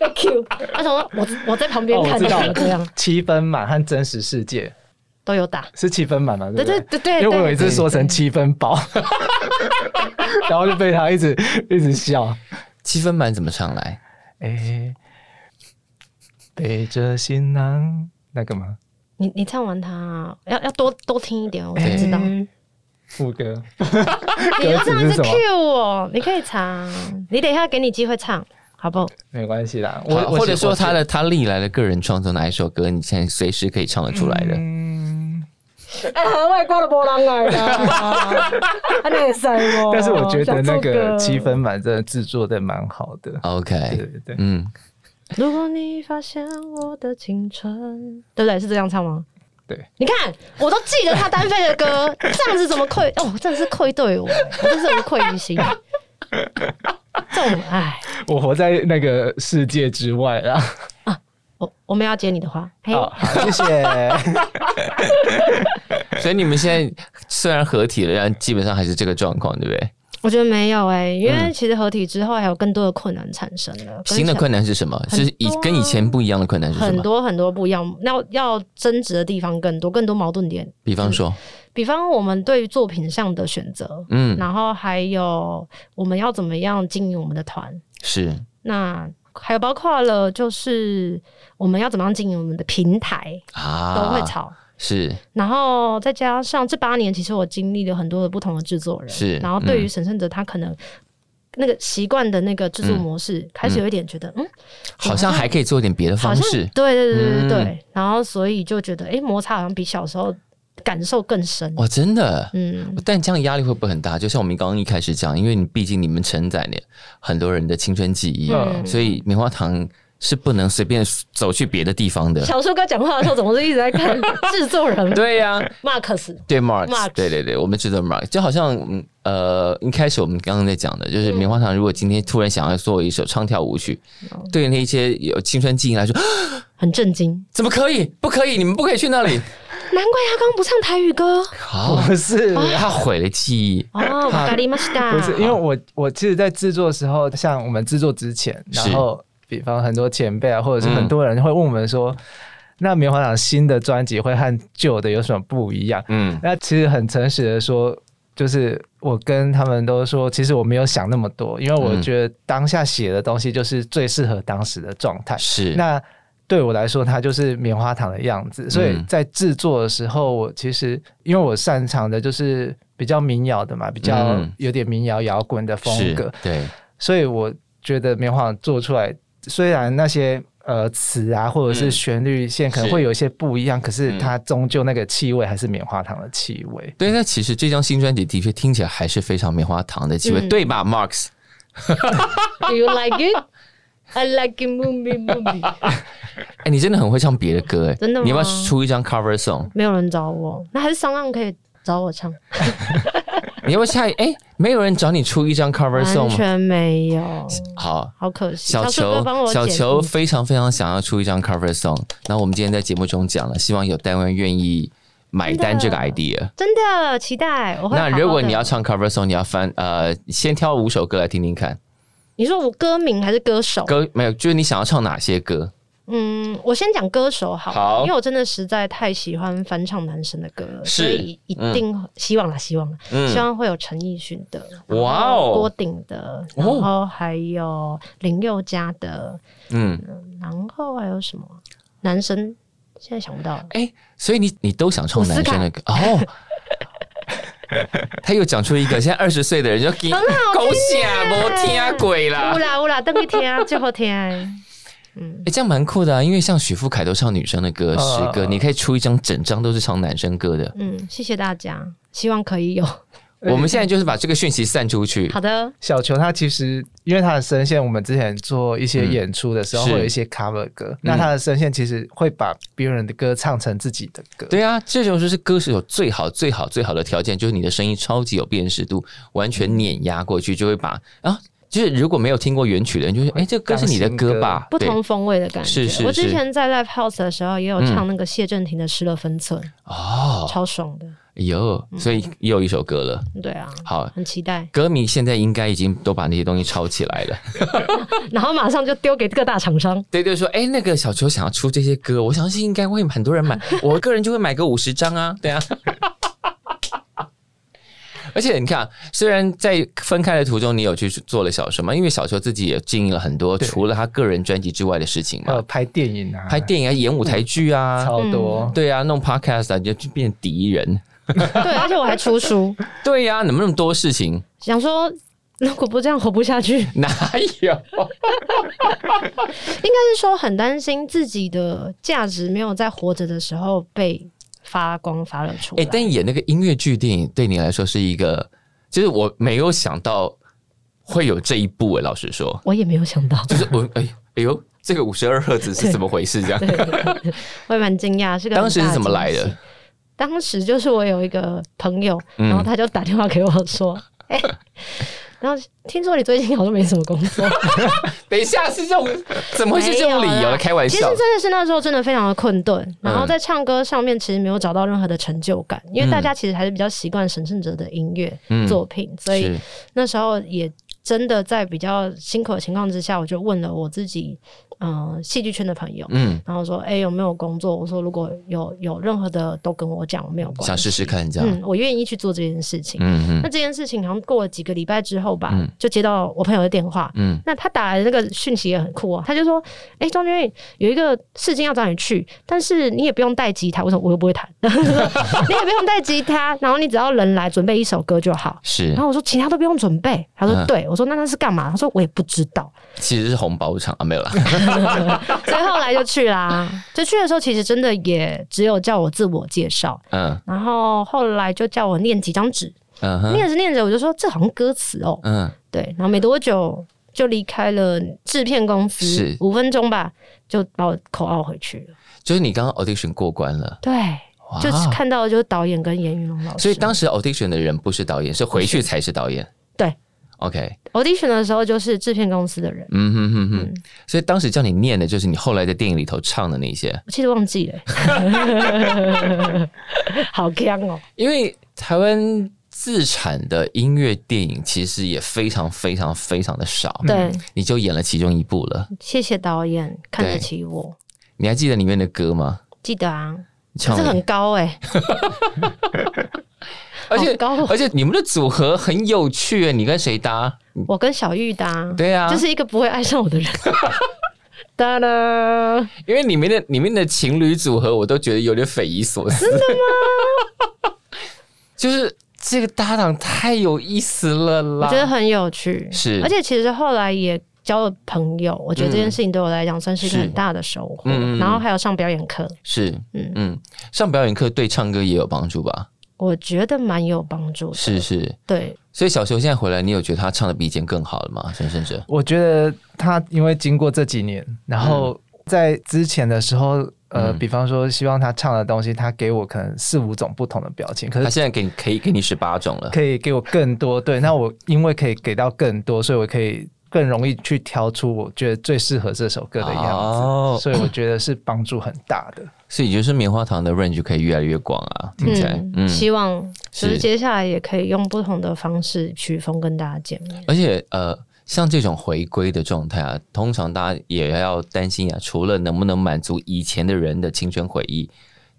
S4: 被 Q，他说
S3: *laughs*
S4: 我我在旁边
S2: 哦，我
S4: 看
S2: 知
S4: 到
S2: 道
S4: 了，这样
S2: 七分满和真实世界
S4: 都有打。
S2: 是七分满嘛？
S4: 对
S2: 对不
S4: 对
S2: 对？
S4: 对对，
S2: 因为我有
S4: 对
S2: 一次说成七分
S4: *laughs*
S2: 饱，然后就被他一直一直笑。
S3: 七分满怎么唱来？
S2: 哎，背着行囊那个吗？
S4: 你你唱完它，要要多多听一点，我才知道。
S2: 哎副歌
S4: *laughs* 你要这样一直
S2: 格子是什么
S4: Q 我，你可以唱，你等一下给你机会唱，好
S2: *laughs*
S4: 不好？
S2: 没关系啦，我
S3: 我
S2: 我
S3: 或者
S2: 喜
S3: 说
S2: 我
S3: 他的他历来的个人创作哪一首歌，你现在随时可以唱得出来的？
S2: 嗯，
S4: 哎，外挂的波浪来 *laughs*
S2: *laughs*
S4: 的，那也塞我
S2: 但是我觉得
S4: 哦
S2: 那个七，分满真的制作的蛮好的。对
S3: OK，
S2: 对对，
S3: 嗯，
S4: 如果你发现我的青春，对不对？是这样唱吗？
S2: 对，
S4: 你看，我都记得他单飞的歌， *laughs* 这样子怎么愧？哦，真的是愧对我，我真是无愧于
S2: *laughs*
S4: 心。这种哎，
S2: 我活在那个世界之外啦。
S4: 我我们要接你的话，嘿，
S2: 好，好谢
S3: *laughs*
S2: 谢。
S3: 所以你们现在虽然合体了，但基本上还是这个状况，对不对？
S4: 我觉得没有哎、因
S2: 嗯
S4: 为其实合体之后还有更多的困难产生了，跟
S3: 新的
S4: 想
S3: 困难是什么？
S4: 很
S3: 是以
S4: 多啊
S3: 跟以前不一样的困难是什
S4: 很
S3: 么？
S4: 多很多不一样，要要争执的地方更多，更多矛盾点。
S3: 比方说，
S4: 比方我们对于作品上的选择，
S3: 嗯，
S4: 然后还有我们要怎么样经营我们的团，
S3: 是
S4: 那还有包括了就是我们要怎么样经营我们的平台
S3: 啊，
S4: 都会吵。
S3: 是
S4: 然后再加上这八年，其实我经历了很多的不同的制作人，
S3: 是
S4: 然后对于
S3: 嗯
S4: 沈胜哲，他可能那个习惯的那个制
S3: 嗯
S4: 作模式，开始有一点觉得，嗯，
S3: 好像还可以做点别的
S4: 好
S3: 方
S4: 像
S3: 式，
S4: 对对对对对对，
S3: 嗯
S4: 然后所以就觉得，哎，摩擦好像比小时候感受更深。
S3: 哇，真的。
S4: 嗯，
S3: 但这样压力会不会很大？就像我们刚刚一开始讲，因为你毕竟你们承载了很多人的青春记忆，
S2: 嗯
S3: 所以棉花糖是不能随便走去别的地
S4: *laughs*
S3: 方的。
S4: 小时候跟他讲话的时候，总是一直在看制作人
S3: *laughs* 对呀、
S4: Marcus，
S3: 对 Mark，
S4: Marx
S3: 对对对，我们知道 Mark，就好像嗯呃，一开始我们刚刚在讲的，就是棉花糖，如果今天突然想要做一首唱跳舞曲，对那些有青春记忆来说， *gasps*
S4: 很震惊。
S3: 怎么可以？不可以，你们不可以去那里。
S4: 难怪他刚刚不唱台语歌
S3: *laughs* 好，
S2: 不是。
S3: 他毁了记忆， *laughs*
S4: 哦，咖喱马西达
S2: 不是，因为我我其实，在制作的时候，像我们制作之前，
S3: 是嗯
S2: 然后比方很多前辈啊，或者是很多人会问我们说，那棉花糖新的专辑会和旧的有什么不一样？
S3: 嗯，
S2: 那其实很诚实的说，就是我跟他们都说，其实我没有想那么多，因为我
S3: 嗯
S2: 觉得当下写的东西就是最适合当时的状态。
S3: 是
S2: 那对我来说，它就是棉花糖的样
S3: 嗯
S2: 子。所以在制作的时候，我其实因为我擅长的就是比较民谣的嘛，比较
S3: 嗯
S2: 有点民谣摇滚的风格
S3: 是，对，
S2: 所以我觉得棉花糖做出来，虽然那些。呃，词啊，或者是
S3: 嗯
S2: 旋律线可能
S3: 是
S2: 会有一些不一样，可是
S3: 嗯
S2: 它终究那个气味还是棉花糖的气味。
S3: 对，那其实这张新专辑的确听起来还是非常棉花糖的气味，
S4: 嗯
S3: 对吧，Marks？
S4: Do you like it? I like it, movie movie。
S3: 哎，你真的很会唱别的歌，哎，
S4: 真的吗
S3: 你要不要出一张
S4: *laughs*
S3: cover song？
S4: 没有人找我，那还是商浪可以找我唱，
S3: 你要不要下一？哎，没有人找你出一张 cover
S4: 完
S3: song 吗？
S4: 全没有，
S3: 好，
S4: 好可惜。
S3: 小
S4: 叔哥
S3: 球
S4: 帮我，
S3: 小
S4: 解
S3: 球
S4: 释
S3: 非常非常想要出一张 cover song。那我们今天在节目中讲了，希望有单位愿意买单这
S4: 真
S3: 个
S4: 的
S3: idea。
S4: 真的期待。我会
S3: 那
S4: 好好
S3: 如果你
S4: 地
S3: 要，唱 cover song，你要翻呃，先挑五首歌来听听看。
S4: 你说我歌名还是歌手？
S3: 歌没有，就是你想要唱哪些歌？
S4: 嗯，我先讲歌手好了，
S3: 好
S4: 因为我真的实在太喜欢翻唱男生的歌了，
S3: 是
S4: 所以一定、希望啦，希望啦，
S3: 嗯
S4: 希望会有陈奕迅的，
S3: 哇
S4: 然
S3: 哦
S4: 后郭顶的，
S3: 哦
S4: 然后还有林宥嘉的，
S3: 嗯，
S4: 然后还有什么男生？现在想不到了，
S3: 哎、所以你你都想唱
S4: 伍思
S3: 男生的歌哦。
S4: *laughs*
S3: 他又讲出一个，现在二十岁的人就给狗血
S4: 啊
S3: 没听鬼啦
S4: 乌。啦乌啦，等你听啊，最后听啊。 *laughs* 嗯
S3: 哎、这样蛮酷的啊，因为像许富凯都唱女生的歌，
S2: 呃
S3: 诗歌，你可以出一张整张都是唱男生歌的。
S4: 嗯，谢谢大家，希望可以有
S3: 我们现在就是把这个讯息散出去
S4: 嗯好。的。
S2: 小球他其实因为他的声线，我们之前做一些演出的时候
S3: 嗯是
S2: 会有一些 cover 歌，那他的声线其实会把别人的歌唱成自己的歌。
S3: 对啊，这种就是歌手最好、最好、最好的条件，就是你的声音超级有辨识度，完全碾压过去，就会把啊，就是如果没有听过原曲的人，就会哎、这歌是你的歌吧？
S4: 不
S3: 对
S4: 同风味的感觉。
S3: 是是
S4: 我
S3: 是
S4: 之前在 live house 的时候也有唱那个谢震廷的《失了分寸》
S3: 哦，
S4: 超爽的。
S3: 哎呦，
S2: 嗯
S3: 所以又一首歌了。
S4: 对啊，
S3: 好，
S4: 很期待。
S3: 歌迷现在应该已经都把那些东西抄起来了。 *laughs*
S4: 然后马上就丢给各大厂商。
S3: 对对，说，哎，那个小球想要出这些歌，我相信应该会很多
S2: *laughs*
S3: 人买，我个人就会买个五十张啊，对啊。 *laughs* 而且你看，虽然在分开的途中，你有去做了小球嘛，因为小球自己也经营了很多
S2: 对
S3: 除了他个人专辑之外的事情
S2: 还有
S3: 嘛，
S2: 拍电影啊，
S3: 拍电影啊、演舞台剧啊，
S2: 超多。
S3: 对啊，弄 podcast 啊，你就就变敌人。
S4: 对，而且我还出书，
S3: 对呀、怎么那么多事情？ *laughs*
S4: 想说如果不这样活不下去，应
S3: 哪有？
S4: 该是说很担心自己的价值没有在活着的时候被发光发热出
S3: 哎、
S4: 来。
S3: 但演那个音乐剧电影对你来说是一个，就是我没有想到会有这一步诶、老实说，
S4: 我也没有想 *laughs* 到，
S3: 就是我哎哎呦，这个五十二赫兹是怎么回事？这样，
S4: 我也蛮惊讶。是个很
S3: 当时
S4: 大
S3: 是怎么来
S4: 惊喜
S3: 的？
S4: 当时就是我有一个朋友，
S3: 嗯
S4: 然后他就打电话给我说：“ *laughs* 哎、然后听说你最近好像没什么工作，
S3: 等一下是这种，怎么会是这种理
S4: 没有
S3: 由？
S4: 啦
S3: 开玩
S4: 其实
S3: 哎笑嗯
S4: 真，的是那时候真的非常的困顿，然后在唱歌上面其实没有找到任何的成就感，因为大家其实还是比较习惯神圣者的音乐
S3: 嗯
S4: 作品，所以
S3: 是
S4: 那时候也真的在比较辛苦的情况之下，我就问了我自己，嗯、戏剧圈的朋友，
S3: 嗯，
S4: 然后说，哎、有没有工作？我说如果有有任何的都跟我讲，没有关系，
S3: 想试试看这样，
S4: 嗯，我愿意去做这件事情。
S3: 嗯
S4: 那
S3: 嗯
S4: 这件事情好像过了几个礼拜之后吧，
S3: 嗯
S4: 就接到我朋友的电话。
S3: 嗯，
S4: 那他打来的那个讯息也很酷哦，他就说：“哎、庄君有一个事情要找你去，但是你也不用带吉他，为什么我又不会弹？ *laughs* 你也不用带吉他，然后你只要人来，准备一首歌就好。”
S3: 是
S4: 然，后我说：“其他都不用准备。”他说
S3: 嗯：“
S4: 对。”我说：“那那是干嘛？”他说：“我也不知道。
S3: 其实是红包场啊，没有啦，”
S4: 所以后来就去啦。就去的时候，其实真的也只有叫我自我介绍，
S3: 嗯
S4: 然后后来就叫我念几张纸，
S3: 嗯哼，
S4: 念着念着我就说：“这好像歌词哦。”
S3: 嗯
S4: 对，然后没多久就离开了制片公司
S3: 是，
S4: 五分钟吧，就把我口号回去了。
S3: 就是你刚刚 audition 过关了，
S4: 对，
S3: 哇
S4: 就是看到就是导演跟严云龙老师。
S3: 所以当时 audition 的人不是导演，是回去才是导演。
S4: 对
S3: ，OK，
S4: audition 的时候，就是制片公司的人，
S3: 嗯哼哼哼
S4: 嗯，
S3: 所以当时叫你念的就是你后来在电影里头唱的那些，
S4: 我其实忘记了、欸 *laughs* 好香哦、
S3: 因为台湾自产的音乐电影其实也非常非常非常的少，
S4: 对，
S3: 你就演了其中一部了。
S4: 谢谢导演看得
S3: 对
S4: 起我，
S3: 你还记得里面的歌吗？
S4: 记得啊，
S3: 你
S4: 可
S3: 唱
S4: 是
S3: 了
S4: 很高哎、
S3: 而且
S4: 好高哦
S3: 而且你们的组合很有趣，你跟谁搭？
S4: 我跟小玉的、啊，
S3: 嗯对啊，
S4: 就是一个不会爱上我的人。 *laughs* 哒啦，
S3: 因为里面的里面的情侣组合，我都觉得有点匪夷所思。真的吗？ *laughs* 就是这个搭档太有意思了
S4: 我
S3: 啦！
S4: 觉得很有趣，
S3: 是
S4: 而且其实后来也交了朋友，我觉得这件事情对我来讲算是一个
S3: 是
S4: 很大的收获。
S3: 嗯嗯嗯
S4: 然后还有上表演课，
S3: 是，
S4: 嗯
S3: 嗯嗯，上表演课对唱歌也有帮助吧？
S4: 我觉得蛮有帮助的。
S3: 是，是。
S4: 对，
S3: 所以小熊现在回来，你有觉得他唱的比以前更好了吗？沈胜哲，
S2: 我觉得他因为经过这几年，然后在之前的时候，呃，
S3: 嗯
S2: 比方说希望他唱的东西，他给我可能四五种不同的表情，可
S3: 他
S2: 是
S3: 现在给你可以给你十八种了。
S2: 可以给我更多。对，那我因为可以给到更多，所以我可以更容易去挑出我觉得最适合这首歌的样子，
S3: 哦
S2: 所以我觉得是帮助很大的。
S3: 所以就是棉花糖的 range 就可以越来越广啊，听起来，
S4: 嗯，
S3: 嗯
S4: 希望就是
S3: 是
S4: 接下来也可以用不同的方式曲风跟大家见面。
S3: 而且呃，像这种回归的状态啊，通常大家也要担心啊，除了能不能满足以前的人的青春回忆，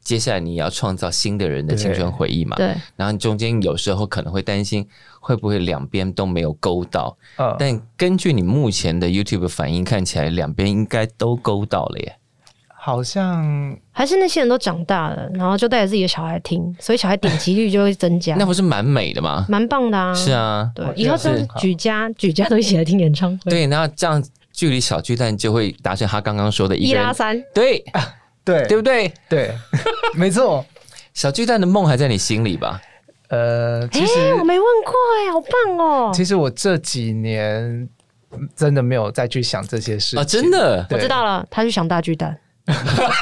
S3: 接下来你也要创造新的人的青春回忆嘛。
S4: 对，
S3: 然后你中间有时候可能会担心会不会两边都没有勾到，
S2: 嗯，
S3: 但根据你目前的 YouTube 反应，看起来两边应该都勾到了耶。
S2: 好像
S4: 还是那些人都长大了，然后就带着自己的小孩听，所以小孩点击率就会增加
S3: 那，不是蛮美的吗？
S4: 蛮棒的啊。
S3: 是，啊，
S4: 对
S2: 我，觉得
S4: 以后就是
S2: 是
S4: 举家举家都一起来听演唱会。，
S3: 对，那这样距离小巨蛋就会达成他刚刚说的一
S4: 一
S3: 个人
S4: 拉三，
S3: 对
S2: 哎对
S3: 对不对？
S2: 对，没错。
S3: 小巨蛋的梦还在你心里吧？
S2: 呃，
S4: 哎
S2: 其实、，
S4: 我没问过哎，好棒哦。
S2: 其实我这几年嗯真的没有再去想这些事情
S3: 啊，真的
S4: 我
S2: 对
S4: 知道了，他去想大巨蛋。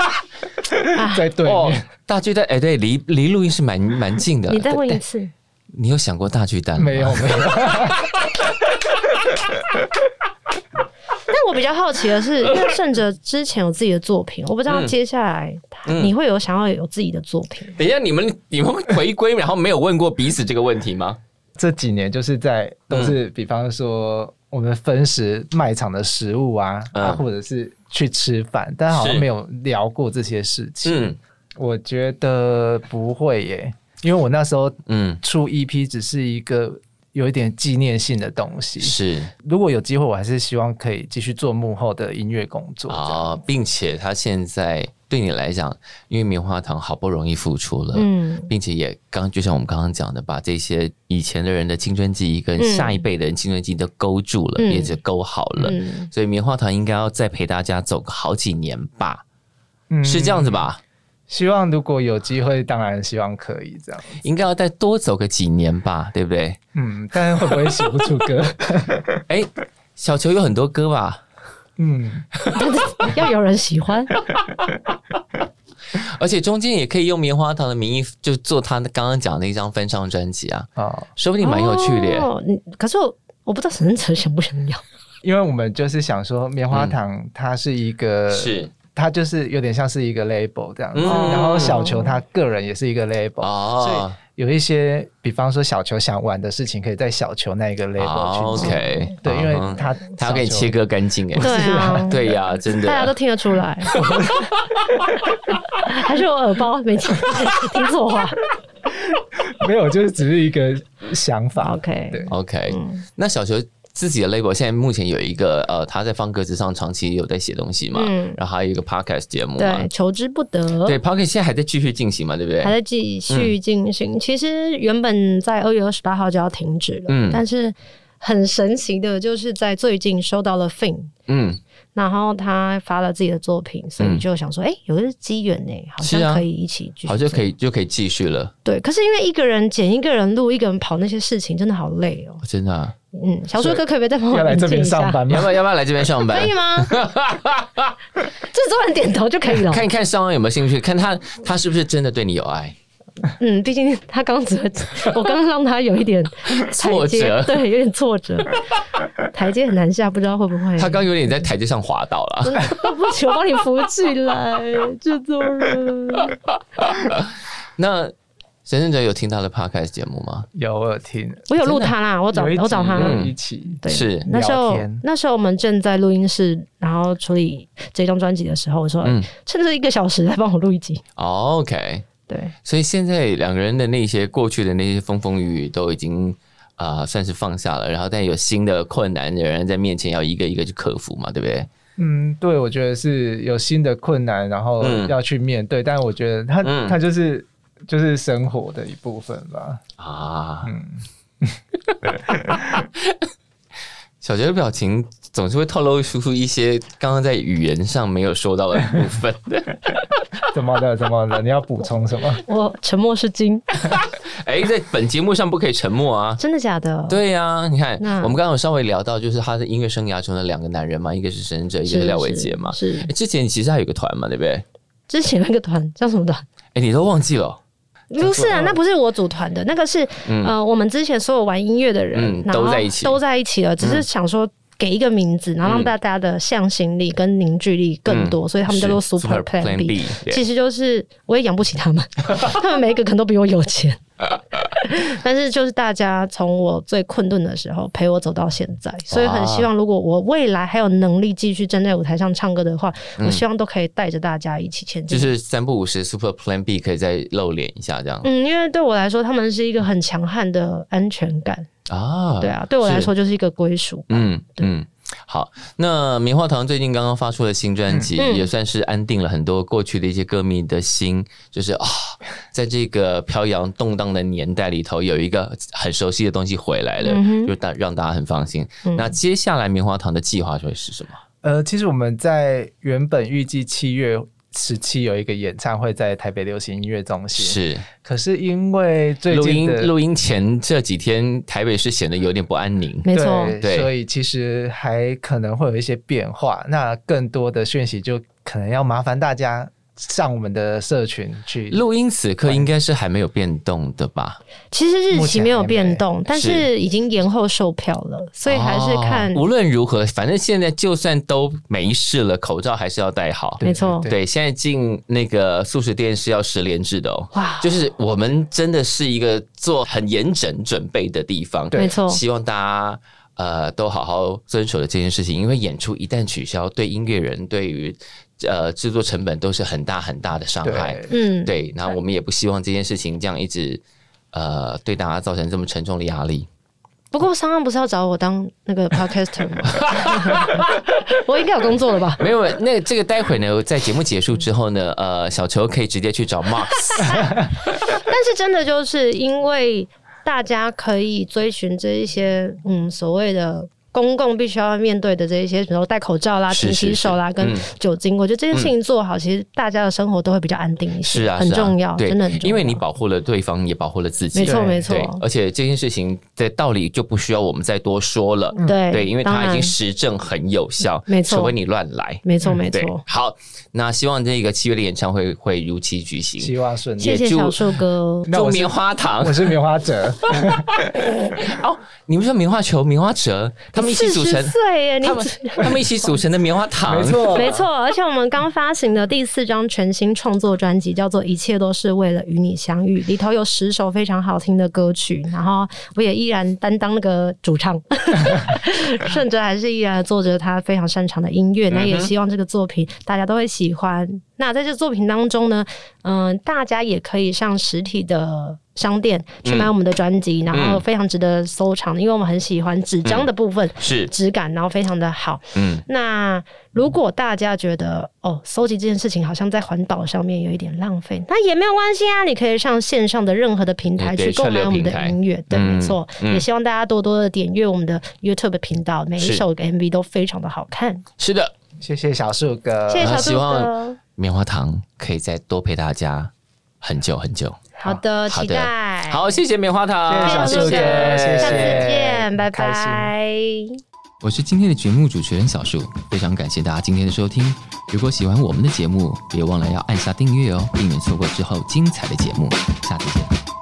S2: *laughs* 在对
S3: 哦
S2: 面，，
S3: 大巨蛋哎，对，离离录音是蛮蛮近的。
S4: 你再问一
S3: 但，
S4: 次，
S3: 你有想过大巨蛋吗
S2: 没有？没有， *laughs*
S4: 但我比较好奇的 *laughs* 是，因为胜哲之前有自己的作品，我不知道
S3: 嗯
S4: 接下来他
S3: 嗯
S4: 你会有想要有自己的作品。
S3: *laughs* 等一下，你们你们回归，然后没有问过彼此这个问题吗？
S2: 这几年就是在都是，比方说我们分食卖场的食物啊，
S3: 嗯
S2: 啊或者是去吃饭，但好像
S3: 是
S2: 没有聊过这些事情。
S3: 嗯
S2: 我觉得不会耶，因为我那时候
S3: 嗯，
S2: 出 EP 只是一个有一点纪念性的东西。
S3: 是
S2: 如果有机会，我还是希望可以继续做幕后的音乐工作。
S3: 啊、并且他现在对你来讲，因为棉花糖好不容易复出了，
S4: 嗯，
S3: 并且也刚就像我们刚刚讲的，把这些以前的人的青春记忆跟
S4: 嗯
S3: 下一辈的人青春记忆都勾住了，
S4: 嗯
S3: 也就勾好了。
S4: 嗯，
S3: 所以棉花糖应该要再陪大家走个好几年吧，
S2: 嗯
S3: 是这样子吧？
S2: 希望如果有机会，当然希望可以这样。
S3: 应该要再多走个几年吧，对不对？
S2: 嗯，但是会不会写不出
S3: *laughs*
S2: 歌？
S3: 哎，小球有很多歌吧，
S2: 嗯，
S4: *laughs* 要有人喜欢，
S3: 而且中间也可以用棉花糖的名义，就做他刚刚讲的那张翻唱专辑啊，
S2: 好，
S3: 说不定蛮有趣的耶。
S4: 哦你可是我我不知道沈哲想不想要，
S2: 因为我们就是想说，棉花糖它是一个
S3: 嗯是
S2: 他就是有点像是一个 label 这样子。
S3: 嗯
S2: 然后小球他个人也是一个 label，、
S3: 哦
S2: 有一些，比方说小球想玩的事情，可以在小球那一个 label 去做。
S3: 哦，OK，
S2: 对，因为
S3: 嗯
S2: 他
S3: 他要给你
S2: 小球
S3: 切割干净哎，
S4: 对啊，
S3: *laughs* 对呀，真
S4: 大家都
S3: 的，
S4: 听得出
S3: *laughs*
S4: 来。还是我耳包没听听错话
S2: 没有，就是只是一个想法。
S4: ？OK，
S2: 对
S3: OK，、
S4: 嗯
S3: 那小球自己的 label 现在目前有一个呃，他在方格子上长期有在写东西嘛，
S4: 嗯
S3: 然后还有一个 podcast 节目嘛
S4: 对，，求之不得。
S3: 对 podcast 现在还在继续进行嘛，对不对
S4: 还？在继续进行。其实原本在二月二十八号就要停止了，
S3: 嗯
S4: 但是很神奇的，就是在最近收到了 Fin，
S3: 嗯，
S4: 然后他发了自己的作品，所以就想说，哎、有个机缘呢，好
S3: 是啊
S4: 像可以一起继续、
S3: 好就可。以就可以继续了，
S4: 对，可是因为一个人剪、一个人录、一个人跑那些事情，真的好累哦。
S3: 哦真的、啊，
S4: 嗯，小树哥可不可以再帮我
S2: *laughs* 要来
S4: 冷
S2: 这
S4: 静一
S2: 边
S4: 下
S2: 上？班
S3: 你要
S2: 吗
S3: 不？要要不要来这边上班
S4: 嗯可？以啊吗？ *laughs* 这多人点头就可以了。
S3: 看一看上岸有没有兴趣，看他他是不是真的对你有爱。
S4: *laughs* 嗯，毕竟他刚只会，我刚刚让他有一点台
S3: *laughs* 挫
S4: 阶
S3: 折
S4: 对，有点挫折，台阶很难下，不知道会不会。
S3: 他刚有点在台阶上滑倒了。
S4: 对不起，我帮你扶起来，制作人。
S3: 那神圣者有听他的 podcast 节目吗？
S2: 有，我有听，
S4: 我有录他啦，我找
S2: 有一集
S4: 我找他。
S2: 有
S3: 嗯
S2: 一起。
S4: 对，
S3: 是
S4: 那时
S2: 聊
S4: 候
S2: 天
S4: 那时候我们正在录音室，然后处理这张专辑的时候，我说、
S3: 嗯
S4: 趁这一个小时来帮我录一集。
S3: 哦 OK，
S4: 对，
S3: 所以现在两个人的那些过去的那些风风雨雨都已经啊、算是放下了，然后但有新的困难仍然在面前，要一个一个去克服嘛，对不对？
S2: 嗯，对，我觉得是有新的困难，然后
S3: 嗯
S2: 要去面对。但我觉得他
S3: 嗯
S2: 他就是就是生活的一部分吧。
S3: 啊，
S2: 嗯，
S3: *laughs* 小杰的表情总是会透露出一些刚刚在语言上没有说到的 *laughs* 部分。
S2: *laughs* 怎么了？怎么了？你要补充什么？
S4: 我沉默是金，
S3: 哎，在本节目上不可以沉默啊！
S4: 真的假的？，
S3: 对呀、你看，
S4: 那
S3: 我们刚刚有稍微聊到，就是他的音乐生涯中的两个男人嘛，一个是神人者，一个是廖伟杰嘛。
S4: 是
S3: 诶之前其实还有一个团嘛，对不对？
S4: 之前那个团叫什么团？
S3: 哎，你都忘记了哦？
S4: 不是啊，那不是我组团的，那个是、呃，我们之前所有玩音乐的人、
S3: 嗯
S4: 然后
S3: 都在一起嗯
S4: 都在一起了，只是想说给一个名字，然后让大家的向心力跟凝聚力更多，所以他们叫做
S3: 嗯是
S4: Super Plan B。
S3: 对
S4: 其实就是我也养不起他们， *laughs* 他们每一个可能都比我有钱， *laughs* 但是就是大家从我最困顿的时候陪我走到现在，所以很希望如果我未来还有能力继续站在舞台上唱歌的话，
S3: 嗯
S4: 我希望都可以带着大家一起前进
S3: 就。是三不五时 Super Plan B 可以再露脸一下这样、
S4: 嗯，因为对我来说，他们是一个很强悍的安全感。
S3: 啊。
S4: 对啊，对我来
S3: 是
S4: 说就是一个归属。
S3: 嗯嗯，好。那棉花糖最近刚刚发出了新专辑，
S4: 嗯
S3: 也算是安定了很多过去的一些歌迷的心，就是啊、在这个飘扬动荡的年代里头，有一个很熟悉的东西回来了，
S4: 嗯哼
S3: 就大让大家很放心。
S4: 嗯
S3: 那接下来棉花糖的计划会是什么？
S2: 呃，其实我们在原本预计七月十七有一个演唱会在台北流行音乐中心，
S3: 是
S2: 可是因为最
S3: 录
S2: 近的
S3: 音录音前这几天，台北是显得有点不安宁。
S4: 没错，
S3: 对
S2: 所以其实还可能会有一些变化。那更多的讯息就可能要麻烦大家上我们的社群去。
S3: 录音此刻应该是还没有变动的吧？
S4: 其实日
S2: 目
S4: 期
S2: 前
S4: 没有
S2: 还没
S4: 变动，但
S3: 是
S4: 是已经延后售票了，所以还是看
S3: 哦。无论如何，反正现在就算都没事了，口罩还是要戴好。
S4: 没错
S2: 对
S3: 对，现在进那个素食店是要十连制的哦。
S4: 哇，
S3: 就是我们真的是一个做很严整准备的地方。
S2: 对
S4: 没错，
S3: 希望大家呃都好好遵守了这件事情，因为演出一旦取消，对音乐人对于呃制作成本都是很大很大的伤害。
S2: 对
S4: 嗯，
S3: 对，那我们也不希望这件事情这样一直呃对大家造成这么沉重的压力。
S4: 不过商岸不是要找我当那
S3: *laughs*
S4: 个 podcaster 吗？ *laughs* 我应该有工作了吧？
S3: 没有，那这个待会呢，在节目结束之后呢，呃，小球可以直接去 *laughs* 找 Max。
S4: 但是真的就是因为大家可以追寻这一些嗯所谓的公共必须要面对的这一些，比如说戴口罩啦、
S3: 是
S4: 勤洗
S3: 是
S4: 手啦、
S3: 是
S4: 跟
S3: 嗯
S4: 酒精，我觉得这件事情做好，其实大家的生活都会比较安定一些，
S3: 是啊，
S4: 很
S3: 是啊
S4: 重要，
S3: 对
S4: 真的很重，要。
S3: 因为你保护了对方，也保护了自己。
S4: 没错
S2: 对
S4: 没
S3: 对
S4: 错，，
S3: 而且这件事情的道理就不需要我们再多说了。
S4: 对
S3: 嗯对，因为
S4: 当
S3: 它已经
S4: 然
S3: 实证很有效，
S4: 没错
S3: 除非你乱来。
S4: 没错没
S3: 嗯对
S4: 错，。
S3: 好，那希望这个七月的演唱会会如期举行。
S2: 希望顺利。
S4: 谢谢
S3: 也祝
S4: 小树哥。
S2: 那
S3: 祝
S2: 我是
S3: 棉花糖
S2: 我是棉花者，
S3: 哦，你们说棉花球、棉花折，他们一起组
S4: 40
S3: 成，
S4: 岁耶，你
S2: *laughs*
S3: 他们他们一起组成的棉花糖，
S2: 没错，
S4: 没错，而且我们刚发行的第四张全新创作专辑叫做《一切都是为了与你相遇》，里头有十首非常好听的歌曲，然后我也依然担当那个主唱，顺哲还是依然做着他非常擅长的音乐，那也希望这个作品大家都会喜欢。那在这作品当中呢，嗯、大家也可以上实体的。商店去买我们的专辑，然后非常值得收藏，因为我们很喜欢纸张的部分，
S3: *laughs* 是，
S4: 质感，然后非常的好。
S3: 嗯，
S4: 那如果大家觉得哦，搜集这件事情好像在环保上面有一点浪费，那也没有关系啊，你可以上线上的任何的平台
S3: 嗯对
S4: 去购
S3: 串
S4: 买
S3: 流
S4: 我们的
S3: 平台
S4: 音乐，对，
S3: 嗯
S4: 没错。
S3: 嗯
S4: 也希望大家多多的点阅我们的 YouTube 频道，每一
S3: 是
S4: 首 MV 都非常的好看。
S3: 是的，
S2: 谢谢小树哥，
S4: 谢谢小
S3: 呃
S4: 杜
S3: 希望
S4: 哥，
S3: 棉花糖可以再多陪大家很久很久。
S4: 好的，
S3: 好
S4: 期
S3: 的
S4: 待。
S3: 好，谢谢棉花
S2: 哎谢谢小
S3: 糖，
S2: 树哥，谢谢，
S4: 下次见，拜
S2: 开心
S4: 拜。
S3: 我是今天的节目主持人小树，非常感谢大家今天的收听。如果喜欢我们的节目，别忘了要按下订阅哦，避免错过之后精彩的节目。下次见。